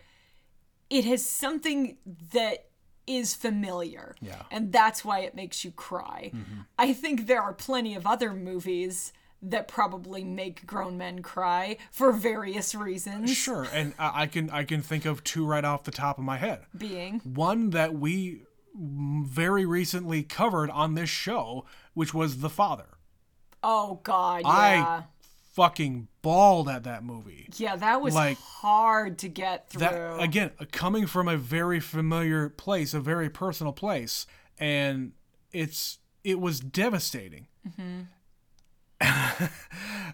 [SPEAKER 1] it has something that is familiar.
[SPEAKER 2] Yeah. Mm-hmm.
[SPEAKER 1] And that's why it makes you cry. I think there are plenty of other movies that probably make grown men cry for various reasons
[SPEAKER 2] Sure, and I, I can I can think of two right off the top of my head.
[SPEAKER 1] being
[SPEAKER 2] One that we very recently covered on this show, which was The Father.
[SPEAKER 1] oh god yeah
[SPEAKER 2] I fucking bawled at that movie.
[SPEAKER 1] yeah that was
[SPEAKER 2] like-
[SPEAKER 1] hard to get through
[SPEAKER 2] That again, uh, coming from a very familiar place, a very personal place, and it's it was devastating. Mm-hmm. *laughs* I,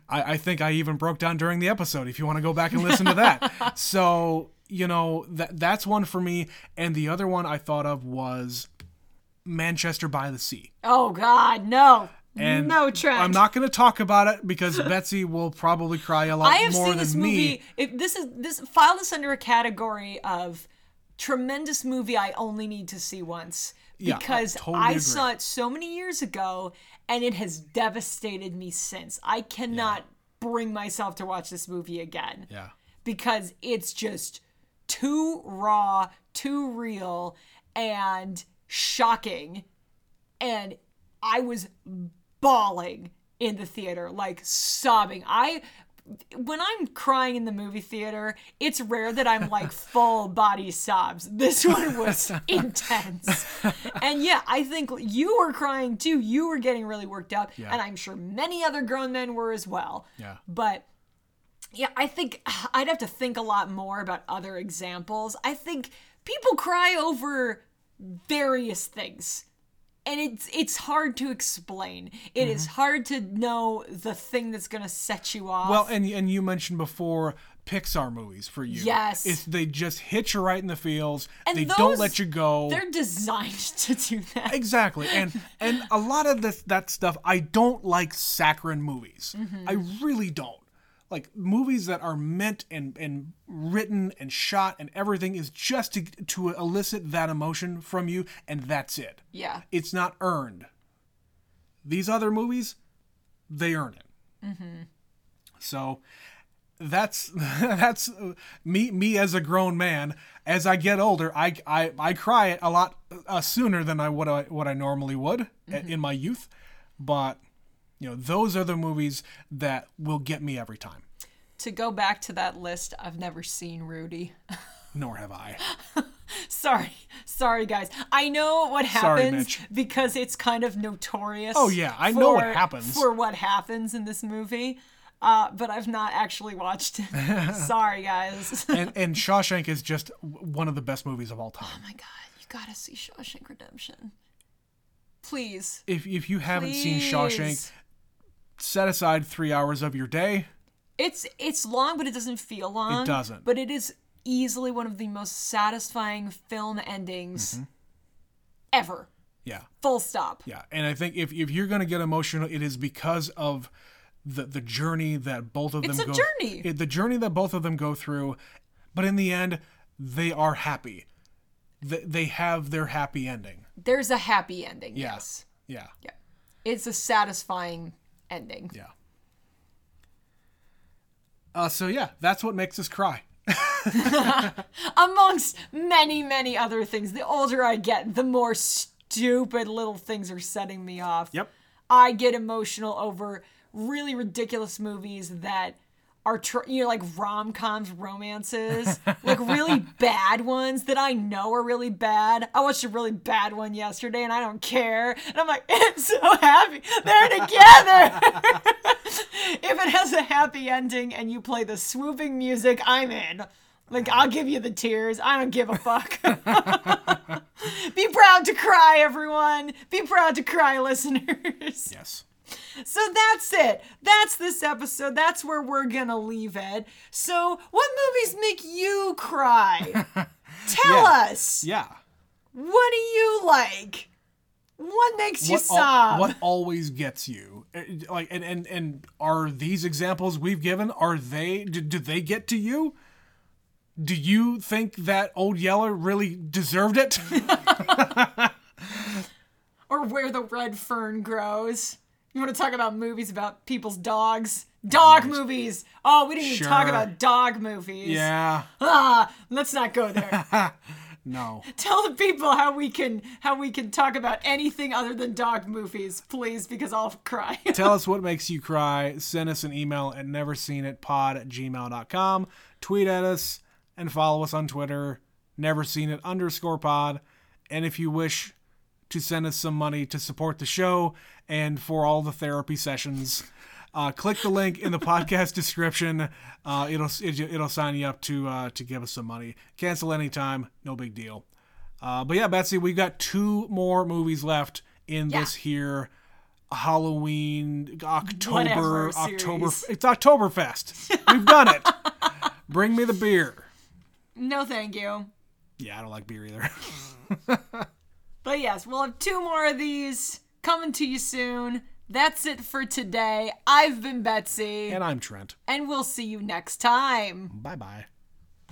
[SPEAKER 2] I think I even broke down during the episode. If you want to go back and listen
[SPEAKER 1] *laughs*
[SPEAKER 2] to that, so you know that that's one for me. And the other one I thought of was Manchester by the Sea.
[SPEAKER 1] oh god no
[SPEAKER 2] And
[SPEAKER 1] no Trent.
[SPEAKER 2] I'm not going to talk about
[SPEAKER 1] *laughs*
[SPEAKER 2] it because Betsy will probably cry a lot
[SPEAKER 1] I have
[SPEAKER 2] more
[SPEAKER 1] seen
[SPEAKER 2] than
[SPEAKER 1] this
[SPEAKER 2] me.
[SPEAKER 1] movie. If this is this file this under a category of tremendous movie I only need to see once
[SPEAKER 2] Yeah, I
[SPEAKER 1] because
[SPEAKER 2] totally
[SPEAKER 1] I
[SPEAKER 2] agree.
[SPEAKER 1] saw it so many years ago and it has devastated me since. I cannot bring myself to watch this movie again
[SPEAKER 2] Yeah.
[SPEAKER 1] because it's just too raw, too real, and shocking. And I was bawling in the theater, like sobbing. I when I'm crying in the movie theater, it's rare that I'm like full body sobs. This one was intense. And yeah, I think you were crying too. You were getting really worked up, and I'm sure many other grown men were as well.
[SPEAKER 2] Yeah.
[SPEAKER 1] But yeah, I think *sighs* I'd have to think a lot more about other examples. I think people cry over various things. And it's it's hard to explain. It is hard to know the thing that's going to set you off.
[SPEAKER 2] Well, and and you mentioned before Pixar movies for you.
[SPEAKER 1] Yes.
[SPEAKER 2] It's they just hit you right in the feels.
[SPEAKER 1] And
[SPEAKER 2] they
[SPEAKER 1] those-
[SPEAKER 2] don't let you go.
[SPEAKER 1] They're designed *laughs* to do that.
[SPEAKER 2] Exactly. And
[SPEAKER 1] *laughs*
[SPEAKER 2] and a lot of this that stuff I don't like saccharine movies.
[SPEAKER 1] Mm-hmm.
[SPEAKER 2] I really don't. Like movies that are meant and and written and shot and everything is just to to elicit that emotion from you and that's it.
[SPEAKER 1] Yeah.
[SPEAKER 2] It's not earned. These other movies, they earn it. So that's *laughs* that's uh, me me as a grown man. As I get older, I I, I cry it a lot uh, sooner than I would I, what I normally would a- in my youth, but you know those are the movies that will get me every time.
[SPEAKER 1] To go back to that list, I've never seen Rudy.
[SPEAKER 2] Nor have I.
[SPEAKER 1] Sorry. Sorry guys. I know what
[SPEAKER 2] Sorry,
[SPEAKER 1] happens
[SPEAKER 2] Mitch.
[SPEAKER 1] because it's kind of notorious.
[SPEAKER 2] Oh, yeah, I know what happens.
[SPEAKER 1] For what happens in this movie. Uh, but I've not actually watched
[SPEAKER 2] *laughs*
[SPEAKER 1] it. Sorry guys. *laughs* oh
[SPEAKER 2] And and Shawshank is just w- one of the best movies of all time.
[SPEAKER 1] my god, you gotta see Shawshank Redemption. Please.
[SPEAKER 2] If if you haven't seen
[SPEAKER 1] Please.
[SPEAKER 2] Shawshank, set aside three hours of your day.
[SPEAKER 1] It's it's long, but it doesn't feel long.
[SPEAKER 2] doesn't.
[SPEAKER 1] But it is easily one of the most satisfying film endings ever.
[SPEAKER 2] Yeah.
[SPEAKER 1] Full stop.
[SPEAKER 2] Mm-hmm. Yeah, and I think if, if you're going to get emotional, it is because of the the journey that both of them
[SPEAKER 1] It's a
[SPEAKER 2] go
[SPEAKER 1] journey.
[SPEAKER 2] it- the journey that both of them go through, but in the end, they are happy. They, they have their happy ending.
[SPEAKER 1] There's a happy ending.
[SPEAKER 2] Yeah.
[SPEAKER 1] Yes.
[SPEAKER 2] Yeah.
[SPEAKER 1] Yeah. It's a satisfying ending.
[SPEAKER 2] Yeah. Uh, so yeah, that's what makes us cry.
[SPEAKER 1] Amongst many, many other things. The older I get, the more stupid little things are setting me off. I get emotional over really ridiculous movies that are tr- you know like rom-coms, romances, like really bad ones that I know are really bad. I watched a really bad one yesterday and I don't care. And I'm like, *laughs* it's so happy. They're together. *laughs* if it has a happy ending and you play the swooping music, I'm in. Like I'll give you the tears. I don't give a fuck. Be proud to cry, everyone. Be proud to cry, listeners.
[SPEAKER 2] Yes.
[SPEAKER 1] So that's it. That's this episode. That's where we're going to leave it. So, what movies make you
[SPEAKER 2] *laughs*
[SPEAKER 1] cry? Tell
[SPEAKER 2] Yeah.
[SPEAKER 1] us.
[SPEAKER 2] Yeah.
[SPEAKER 1] What do you like? What makes you
[SPEAKER 2] what, al-
[SPEAKER 1] sob?
[SPEAKER 2] what always gets you Uh, like and and and are these examples we've given are they do, do they get to you do you think that old yeller really deserved it
[SPEAKER 1] Or Where the Red Fern Grows? You want to talk about movies about people's dogs? Dog movies. Oh, we didn't even talk
[SPEAKER 2] Sure.
[SPEAKER 1] about dog movies.
[SPEAKER 2] Yeah.
[SPEAKER 1] Ah, let's not go there.
[SPEAKER 2] *laughs* No.
[SPEAKER 1] Tell the people how we can how we can talk about anything other than dog movies, please, because I'll cry. *laughs*
[SPEAKER 2] Tell us what makes you cry. Send us an email at neverseenitpod at gmail.com. Tweet at us and follow us on Twitter, neverseenit underscore pod. And if you wish to send us some money to support the show and for all the therapy sessions, uh, click the link in the *laughs* podcast description. Uh, it'll, it'll it'll sign you up to uh, to give us some money. Cancel anytime, no big deal. Uh, but yeah, Betsy, we've got two more movies left in this here Halloween October
[SPEAKER 1] Whatever series.
[SPEAKER 2] October. It's Oktoberfest. We've done it. *laughs* Bring me the beer.
[SPEAKER 1] no, thank you.
[SPEAKER 2] Yeah, I don't like beer either. *laughs*
[SPEAKER 1] But yes, we'll have two more of these coming to you soon. That's it for today. I've been Betsy,
[SPEAKER 2] and I'm Trent.
[SPEAKER 1] and we'll see you next time.
[SPEAKER 2] Bye bye.